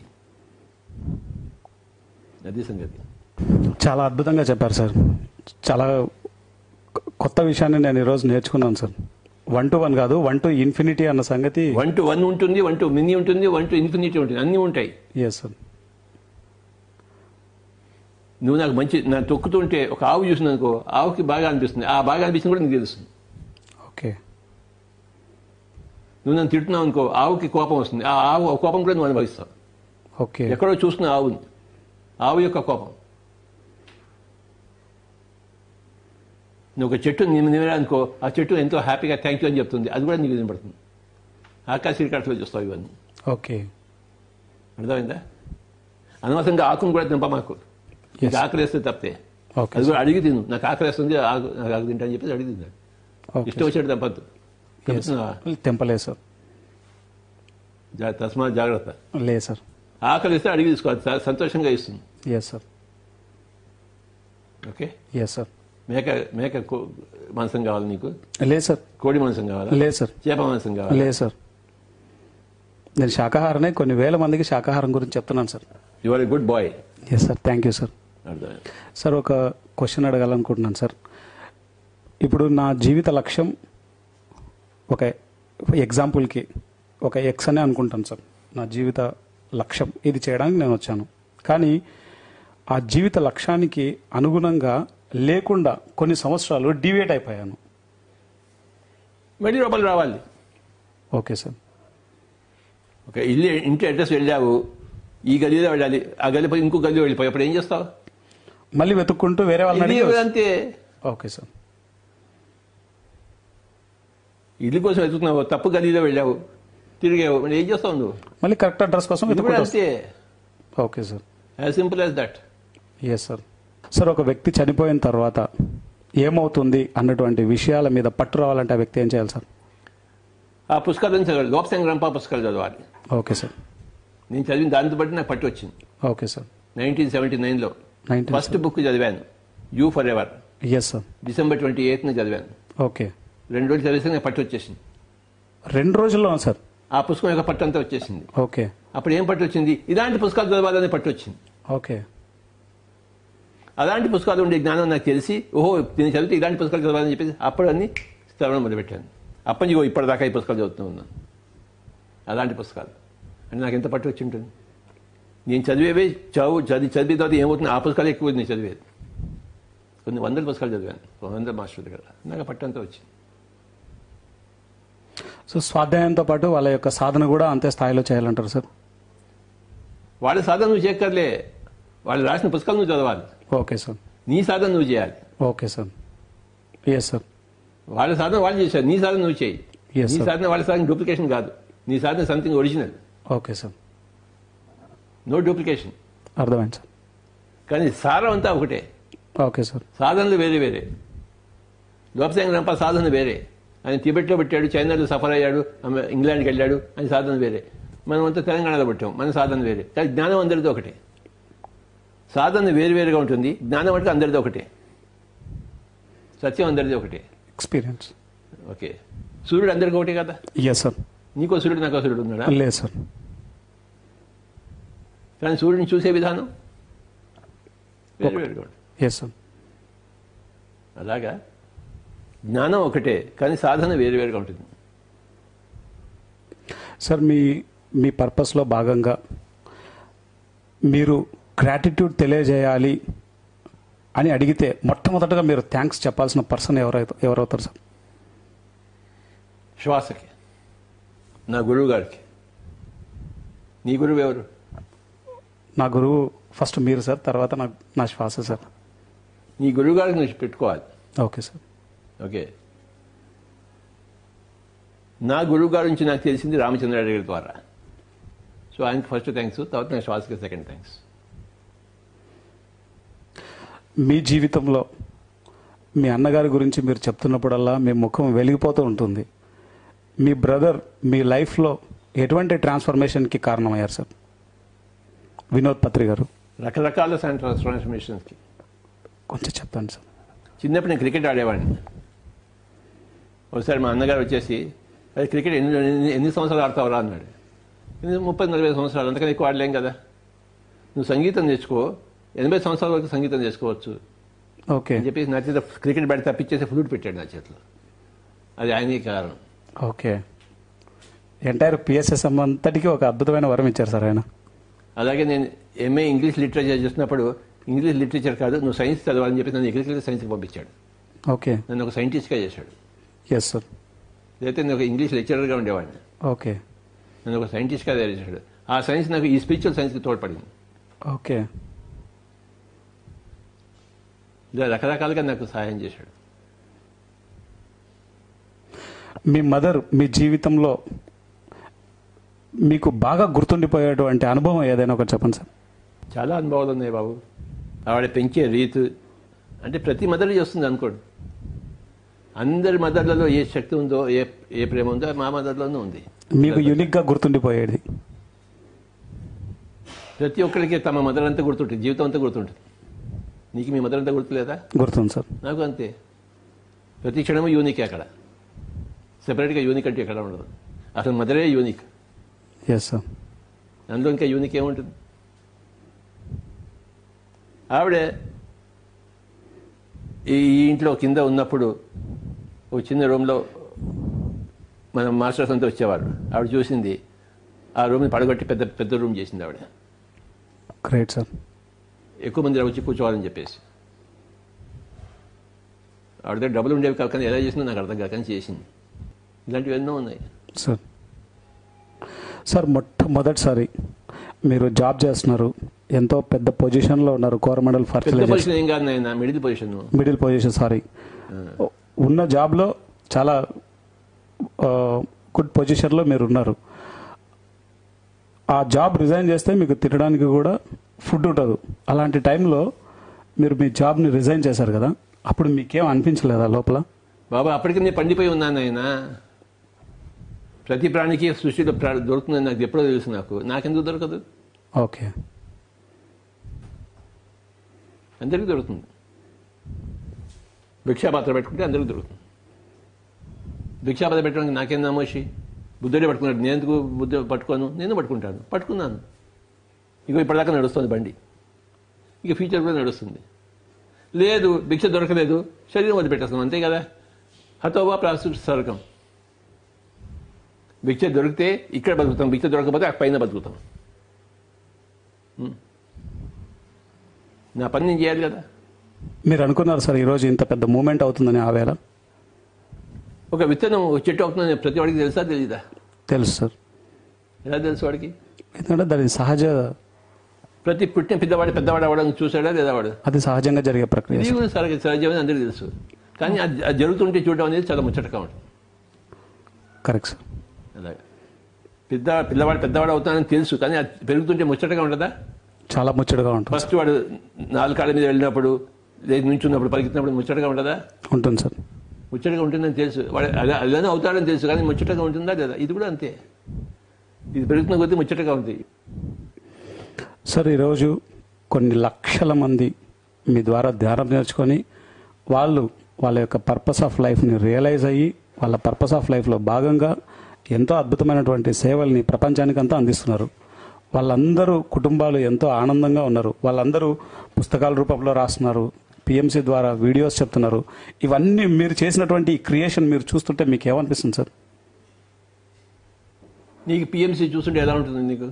Speaker 2: అది సంగతి
Speaker 1: చాలా అద్భుతంగా చెప్పారు సార్ చాలా కొ- కొత్త విషయాన్ని నేను ఈరోజు నేర్చుకున్నాను సార్ వన్ టు వన్ కాదు వన్ టు ఇన్ఫినిటీ అన్న సంగతి
Speaker 2: వన్ టు వన్ ఉంటుంది వన్ టు మినీ ఉంటుంది వన్ టు ఇన్ఫినిటీ ఉంటుంది అన్నీ ఉంటాయి
Speaker 1: ఎస్ సార్
Speaker 2: నువ్వు నాకు మంచి నన్ను తొక్కుతుంటే ఒక ఆవు చూసింది అనుకో ఆవుకి బాగా అనిపిస్తుంది ఆ బాగా అనిపిస్తుంది కూడా నీకు తెలుస్తుంది
Speaker 1: ఓకే
Speaker 2: నువ్వు నన్ను తిడుతున్నావు అనుకో ఆవుకి కోపం వస్తుంది ఆ ఆవు ఆ కోపం కూడా నువ్వు అనుభవిస్తావు
Speaker 1: ఓకే
Speaker 2: ఎక్కడో చూస్తున్న ఆవు ఉంది ఆవు యొక్క కోపం నువ్వు ఒక చెట్టు నిమిరా అనుకో ఆ చెట్టు ఎంతో హ్యాపీగా థ్యాంక్ యూ అని చెప్తుంది అది కూడా నీకు వినపడుతుంది ఆకాశ కట్టలో చూస్తావు ఇవన్నీ
Speaker 1: ఓకే
Speaker 2: అర్థమైందా అనవసరంగా ఆకును కూడా తింప మాకు
Speaker 1: Yes.
Speaker 2: ఆకలిస్తే తప్పితే
Speaker 1: ఓకే
Speaker 2: అది కూడా అడిగి తిను నాకు ఆకలిస్తుంది ఆకు నాకు ఆకు తింటా అని చెప్పేసి అడిగి తిన్నాడు
Speaker 1: ఓకే
Speaker 2: ఇష్టం వచ్చాడు తప్పద్దు తెలుసునా?
Speaker 1: తెంపలేదు సార్
Speaker 2: జా- తస్మాత్ జాగ్రత్త
Speaker 1: లేదు సార్
Speaker 2: ఆకలిస్తే అడిగి తీసుకోవాలి స- సంతోషంగా ఇస్తుంది
Speaker 1: yes sir
Speaker 2: okay
Speaker 1: yes sir
Speaker 2: మేక మేక కో- మాంసం కావాలి నీకు
Speaker 1: లేదు సార్
Speaker 2: కోడి మాంసం కావాలా
Speaker 1: లేదు సార్
Speaker 2: చేప మాంసం కావాలి
Speaker 1: లేదు సార్ నేను శాకాహారనే కొన్ని వేల మందికి శాకాహారం గురించి చెప్తున్నాను sir
Speaker 2: you are a good boy
Speaker 1: yes sir thank you sir
Speaker 2: అర్థమైంది
Speaker 1: సార్ ఒక క్వశ్చన్ అడగాలనుకుంటున్నాను సార్ ఇప్పుడు నా జీవిత లక్ష్యం ఒక ఎగ్జాంపుల్కి ఒక ఎక్స్ అనే అనుకుంటాను సార్ నా జీవిత లక్ష్యం ఇది చేయడానికి నేను వచ్చాను కానీ ఆ జీవిత లక్ష్యానికి అనుగుణంగా లేకుండా కొన్ని సంవత్సరాలు డివేట్ అయిపోయాను
Speaker 2: మళ్ళీ లోపల రావాలి
Speaker 1: ఓకే సార్
Speaker 2: ఒక ఇల్లు ఇంటి అడ్రస్ వెళ్ళావు ఈ గదిలో వెళ్ళాలి ఆ గది పోయి ఇంకో గదిలో వెళ్ళిపోయి అప్పుడు ఏం చేస్తావు
Speaker 1: మళ్ళీ వెతుక్కుంటూ వేరే వాళ్ళని
Speaker 2: ఇల్లు
Speaker 1: అడిగి
Speaker 2: అంతే
Speaker 1: ఓకే సార్
Speaker 2: ఇల్లు కోసం వెతుకుతున్నావు తప్పు గదిలో వెళ్ళావు తిరిగావు మరి ఏం చేస్తావు నువ్వు
Speaker 1: మళ్ళీ కరెక్ట్ అడ్రస్ కోసం
Speaker 2: ఇది కూడా
Speaker 1: వెతుక్కుంటూ
Speaker 2: అంతే
Speaker 1: వస్తాను. Okay sir
Speaker 2: as simple as that
Speaker 1: yes sir sir ఒక వ్యక్తి చనిపోయిన తర్వాత ఏమవుతుంది అన్నటువంటి విషయాల మీద పట్టు రావాలంటే ఆ వ్యక్తి ఏం చేయాలి సార్
Speaker 2: ఆ పుస్తకాలను చదవాలి లోప్ సంగ్రంప పుస్తకాలు చదవాలి
Speaker 1: ఓకే సార్
Speaker 2: నేను చదివిన దాంతో బట్టి నాకు పట్టు వచ్చింది
Speaker 1: ఓకే సార్
Speaker 2: నైన్టీన్ సెవెంటీ నైన్లో
Speaker 1: నైన్టీన్
Speaker 2: ఫస్ట్ బుక్ చదివాను you forever
Speaker 1: yes sir
Speaker 2: December twenty ఎయిత్న చదివాను
Speaker 1: ఓకే
Speaker 2: రెండు రోజులు చదివేసి నాకు పట్టు వచ్చేసింది
Speaker 1: రెండు రోజుల్లో సార్
Speaker 2: ఆ పుస్తకం యొక్క పట్టు అంతా వచ్చేసింది
Speaker 1: ఓకే
Speaker 2: అప్పుడు ఏం పట్టు వచ్చింది ఇలాంటి పుస్తకాలు చదవాలనే పట్టు వచ్చింది
Speaker 1: ఓకే
Speaker 2: అలాంటి పుస్తకాలు ఉండే జ్ఞానం నాకు తెలిసి ఓహో నేను చదివితే ఇలాంటి పుస్తకాలు చదవాలని చెప్పేసి అప్పుడు అన్ని చదవడం మొదలుపెట్టాను అప్పటి నుంచి ఇప్పటిదాకా ఈ పుస్తకాలు చదువుతూ ఉన్నాను అలాంటి పుస్తకాలు అంటే నాకు ఎంత పట్టు వచ్చి ఉంటుంది నేను చదివేవే చదువు చదివి చదివిన తర్వాత ఏమవుతుంది ఆ పుస్తకాలు ఎక్కువ నేను చదివేది కొన్ని వందల పుస్తకాలు చదివాను ఒక వందల మాస్టర్ దగ్గర నాకు ఆ పట్టు అంతా వచ్చింది
Speaker 1: సో స్వాధ్యాయంతో పాటు వాళ్ళ యొక్క సాధన కూడా అంతే స్థాయిలో చేయాలంటారు సార్
Speaker 2: వాళ్ళ సాధన నువ్వు చేయక్కర్లే వాళ్ళు రాసిన పుస్తకాలు నువ్వు చదవాలి
Speaker 1: ఓకే సార్
Speaker 2: నీ సాధన నువ్వు చేయాలి
Speaker 1: ఓకే సార్ ఎస్ సార్
Speaker 2: వాళ్ళ సాధన వాళ్ళు చేశారు నీ సాధన నువ్వు చేయి
Speaker 1: Yes,
Speaker 2: నీ
Speaker 1: sir.
Speaker 2: సాధన వాళ్ళ సాధన డూప్లికేషన్ కాదు నీ సాధన something original
Speaker 1: okay sir
Speaker 2: no duplication
Speaker 1: అర్థమైంది సార్
Speaker 2: కానీ సారం అంతా ఒకటే
Speaker 1: ఓకే సార్
Speaker 2: సాధనలు వేరే వేరే లోపసాంగ్ రంప సాధన వేరే ఆయన టిబెట్లో పెట్టాడు చైనాలో సఫర్ అయ్యాడు ఆమె ఇంగ్లాండ్కి వెళ్ళాడు ఆయన సాధన వేరే మనం అంతా తెలంగాణలో పెట్టాం మన సాధన వేరే కానీ జ్ఞానం అందరిది ఒకటే సాధన వేరు వేరుగా ఉంటుంది జ్ఞానం అంటే అందరిది ఒకటే సత్యం అందరిది ఒకటే
Speaker 1: ఎక్స్పీరియన్స్
Speaker 2: ఓకే సూర్యుడు అందరికీ ఒకటే కదా
Speaker 1: ఎస్ సార్
Speaker 2: నీకో సూర్యుడు నాకో సూర్యుడు ఉన్నాడా
Speaker 1: లేదు సార్
Speaker 2: కానీ సూర్యుడిని చూసే విధానం వేరు వేరుగా ఉంటుంది
Speaker 1: ఎస్ సార్
Speaker 2: అలాగా జ్ఞానం ఒకటే కానీ సాధన వేరు వేరుగా ఉంటుంది
Speaker 1: సార్ మీ మీ పర్పస్లో భాగంగా మీరు గ్రాటిట్యూడ్ తెలియజేయాలి అని అడిగితే మొట్టమొదటగా మీరు థ్యాంక్స్ చెప్పాల్సిన పర్సన్ ఎవరైతే ఎవరవుతారు సార్
Speaker 2: శ్వాసకి నా గురువు గారికి నీ గురువు ఎవరు
Speaker 1: నా గురువు ఫస్ట్ మీరు సార్ తర్వాత నా నా శ్వాస సార్
Speaker 2: నీ గురువు గారికి నువ్వు పెట్టుకోవాలి
Speaker 1: ఓకే సార్
Speaker 2: ఓకే నా గురువు గారి నుంచి నాకు తెలిసింది రామచంద్రారెడ్డి గారి ద్వారా సో ఆయనకి ఫస్ట్ థ్యాంక్స్ తర్వాత నా శ్వాసకి సెకండ్ థ్యాంక్స్
Speaker 1: మీ జీవితంలో మీ అన్నగారి గురించి మీరు చెప్తున్నప్పుడల్లా మీ ముఖం వెలిగిపోతూ ఉంటుంది మీ బ్రదర్ మీ లైఫ్లో ఎటువంటి ట్రాన్స్ఫర్మేషన్కి కారణమయ్యారు సార్ వినోద్ పత్రి గారు
Speaker 2: రకరకాల సెంటర్ ట్రాన్స్ఫర్మేషన్స్కి
Speaker 1: కొంచెం చెప్తాను సార్
Speaker 2: చిన్నప్పుడు నేను క్రికెట్ ఆడేవాడిని ఒకసారి మా అన్నగారు వచ్చేసి అది క్రికెట్ ఎన్ని ఎన్ని- ఎన్ని సంవత్సరాలు ఆడతావురా అన్నాడు ఇది ముప్పై నలభై సంవత్సరాలు అంతకన్నా ఎక్కువ ఆడలేం కదా నువ్వు సంగీతం నేర్చుకో ఎనభై సంవత్సరాల వరకు సంగీతం నేర్చుకోవచ్చు
Speaker 1: ఓకే
Speaker 2: అని చెప్పేసి నా చేత క్రికెట్ బ్యాట్ తప్పించేసి ఫ్లూట్ పెట్టాడు నా చేతిలో అది ఆయనే కారణం
Speaker 1: ఓకే ఎంటైర్ పిఎస్ఎస్ఎం అంతటికి ఒక అద్భుతమైన వరం ఇచ్చారు సార్ ఆయన
Speaker 2: అలాగే నేను ఎంఏ ఇంగ్లీష్ లిటరేచర్ చేసినప్పుడు ఇంగ్లీష్ లిటరేచర్ కాదు నువ్వు సైన్స్ చదవాలని చెప్పి నన్ను ఎగ్రికల్చర్ సైన్స్కి పంపించాడు
Speaker 1: ఓకే
Speaker 2: నన్ను ఒక సైంటిస్ట్గా చేశాడు
Speaker 1: ఎస్ సార్
Speaker 2: లేకపోతే నేను ఒక ఇంగ్లీష్ లెక్చరర్గా ఉండేవాడిని
Speaker 1: ఓకే
Speaker 2: నేను ఒక సైంటిస్ట్గా తయారు చేశాడు ఆ సైన్స్ నాకు ఈ స్పిరిచువల్ సైన్స్కి తోడ్పడింది
Speaker 1: ఓకే
Speaker 2: ఇలా రకరకాలుగా నాకు సహాయం చేశాడు
Speaker 1: మీ మదర్ మీ జీవితంలో మీకు బాగా గుర్తుండిపోయేటువంటి అనుభవం ఏదైనా ఒకటి చెప్పండి సార్
Speaker 2: చాలా అనుభవాలు ఉన్నాయి బాబు ఆవిడ పెంచే రీతి అంటే ప్రతి మదర్ చేస్తుంది అనుకోండి అందరి మదర్లలో ఏ శక్తి ఉందో ఏ ఏ ప్రేమ ఉందో మా మదర్లోనూ ఉంది
Speaker 1: మీకు యూనిక్గా గుర్తుండిపోయేది
Speaker 2: ప్రతి ఒక్కరికి తమ మదర్ అంతా గుర్తుంటుంది జీవితం అంతా గుర్తుంటుంది నీకు మీ మదర్ అంతా గుర్తులేదా
Speaker 1: గుర్తుంది సార్
Speaker 2: నాకు అంతే ప్రతి క్షణము యూనిక్ అక్కడ సెపరేట్గా యూనిక్ అంటే ఎక్కడ ఉండదు అసలు మదరే యూనిక్
Speaker 1: ఎస్ సార్
Speaker 2: అందులో ఇంకా యూనిక్ ఏముంటుంది ఆవిడే ఈ ఈ ఇంట్లో కింద ఉన్నప్పుడు ఒక చిన్న రూమ్లో మన మాస్టర్స్ అంతా వచ్చేవాళ్ళు ఆవిడ చూసింది ఆ రూమ్ని పడగొట్టి పెద్ద పెద్ద రూమ్ చేసింది ఆవిడ
Speaker 1: గ్రేట్ సార్
Speaker 2: ఎక్కువ మంది వచ్చి కూర్చోవాలని చెప్పేసి ఆవిడ దగ్గర డబ్బులు ఉండేవి కాదు కానీ ఎలా చేసిందో నాకు అర్థం కాక కానీ చేసింది ఇలాంటివి ఎన్నో ఉన్నాయి
Speaker 1: సార్ సార్ మొట్టమొదటిసారి మీరు జాబ్ చేస్తున్నారు ఎంతో పెద్ద పొజిషన్లో ఉన్నారు కోరమండల్
Speaker 2: పెద్ద
Speaker 1: ఫర్టిలైజర్
Speaker 2: పొజిషన్ ఏం కాదు నాయన middle position
Speaker 1: middle position sorry ఉన్న జాబ్లో చాలా ఆ, గుడ్ పొజిషన్లో మీరు ఉన్నారు ఆ జాబ్ రిజైన్ చేస్తే మీకు తినడానికి కూడా ఫుడ్ ఉండదు అలాంటి టైంలో మీరు మీ జాబ్ని రిజైన్ చేశారు కదా అప్పుడు మీకేం అనిపించలేదా లోపల
Speaker 2: బాబా అప్పటికి నేను పండిపోయి ఉన్నాను ఆయన ప్రతి ప్రాణికి సృష్టిలో ప్రా దొరుకుతుందని నాకు ఎప్పుడో తెలుసు నాకు నాకెందుకు దొరకదు
Speaker 1: ఓకే
Speaker 2: అందరికీ దొరుకుతుంది భిక్షాపాత్ర పెట్టుకుంటే అందరికీ దొరుకుతుంది భిక్షాపాత్ర పెట్టడానికి నాకేం నామోషి బుద్ధుడే పట్టుకున్నాడు నేను ఎందుకు బుద్ధ పట్టుకోను నేను పట్టుకుంటాను పట్టుకున్నాను ఇక ఇప్పటిదాకా నడుస్తుంది బండి ఇక ఫ్యూచర్ కూడా నడుస్తుంది లేదు భిక్ష దొరకలేదు శరీరం వదిలి పెట్టేస్తాం అంతే కదా హతోవా ప్రాసు సరకం భిక్ష దొరికితే ఇక్కడ బతుకుతాం భిక్ష దొరకకపోతే ఆ పైన బతుకుతాం ఉం. నా పని నేను చేయాలి కదా
Speaker 1: మీరు అనుకున్నారు సార్ ఈరోజు ఇంత పెద్ద మూమెంట్ అవుతుందని ఆ వేళ
Speaker 2: ఒక విత్తనం ఒక చెట్టు అవుతుందని ప్రతి వాడికి తెలుసా తెలీదా
Speaker 1: తెలుసు సార్
Speaker 2: ఎలా తెలుసు వాడికి
Speaker 1: ఎందుకంటే దాని సహజ
Speaker 2: ప్రతి పుట్టిన పెద్దవాడు పెద్దవాడు అవ్వడం చూశాడా లేదా వాడు
Speaker 1: అది సహజంగా జరిగే ప్రక్రియ
Speaker 2: ఇది కూడా సరగ సహజమని అందరికీ తెలుసు కానీ అది అది జరుగుతుంటే చూడడం అనేది చాలా ముచ్చటగా ఉంటుంది
Speaker 1: కరెక్ట్ సార్
Speaker 2: అలాగే పెద్ద పిల్లవాడు పెద్దవాడు అవుతానని తెలుసు కానీ అది పెరుగుతుంటే ముచ్చటగా ఉంటుందా
Speaker 1: చాలా ముచ్చటగా ఉంటుంది
Speaker 2: ఫస్ట్ వాడు నాలుగు కాళ్ళ మీద వెళ్ళినప్పుడు లేదు నుంచున్నప్పుడు పరిగెత్తినప్పుడు ముచ్చటగా ఉంటుందా
Speaker 1: ఉంటుంది సార్
Speaker 2: ముచ్చటగా ఉంటుందని తెలుసు వాడు అలా అలానే అవుతాడని తెలుసు కానీ ముచ్చటగా ఉంటుందా లేదా ఇది కూడా అంతే ఇది పెరుగుతున్న కొద్దీ ముచ్చటగా ఉంది
Speaker 1: సార్ ఈరోజు కొన్ని లక్షల మంది మీ ద్వారా ధ్యానం నేర్చుకొని వాళ్ళు వాళ్ళ యొక్క పర్పస్ ఆఫ్ లైఫ్ని రియలైజ్ అయ్యి వాళ్ళ పర్పస్ ఆఫ్ లైఫ్లో భాగంగా ఎంతో అద్భుతమైనటువంటి సేవల్ని ప్రపంచానికంతా అందిస్తున్నారు వాళ్ళందరూ కుటుంబాలు ఎంతో ఆనందంగా ఉన్నారు వాళ్ళందరూ పుస్తకాల రూపంలో రాస్తున్నారు పిఎంసి ద్వారా వీడియోస్ చెప్తున్నారు ఇవన్నీ మీరు చేసినటువంటి క్రియేషన్ మీరు చూస్తుంటే మీకు ఏమనిపిస్తుంది సార్
Speaker 2: నీకు పిఎంసీ చూస్తుంటే ఎలా ఉంటుంది నీకు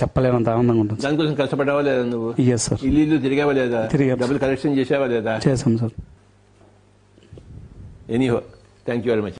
Speaker 1: చెప్పలేనంత ఆనందంగా ఉంటుంది
Speaker 2: దానికోసం కష్టపడ్డావా లేదా నువ్వు
Speaker 1: ఎస్ సార్
Speaker 2: ఇల్లు ఇల్లు తిరిగావా లేదా
Speaker 1: తిరిగాం.
Speaker 2: ¿eh? డబ్బులు కలెక్షన్ చేసావా లేదా
Speaker 1: చేశాం sir
Speaker 2: anyhow thank you very much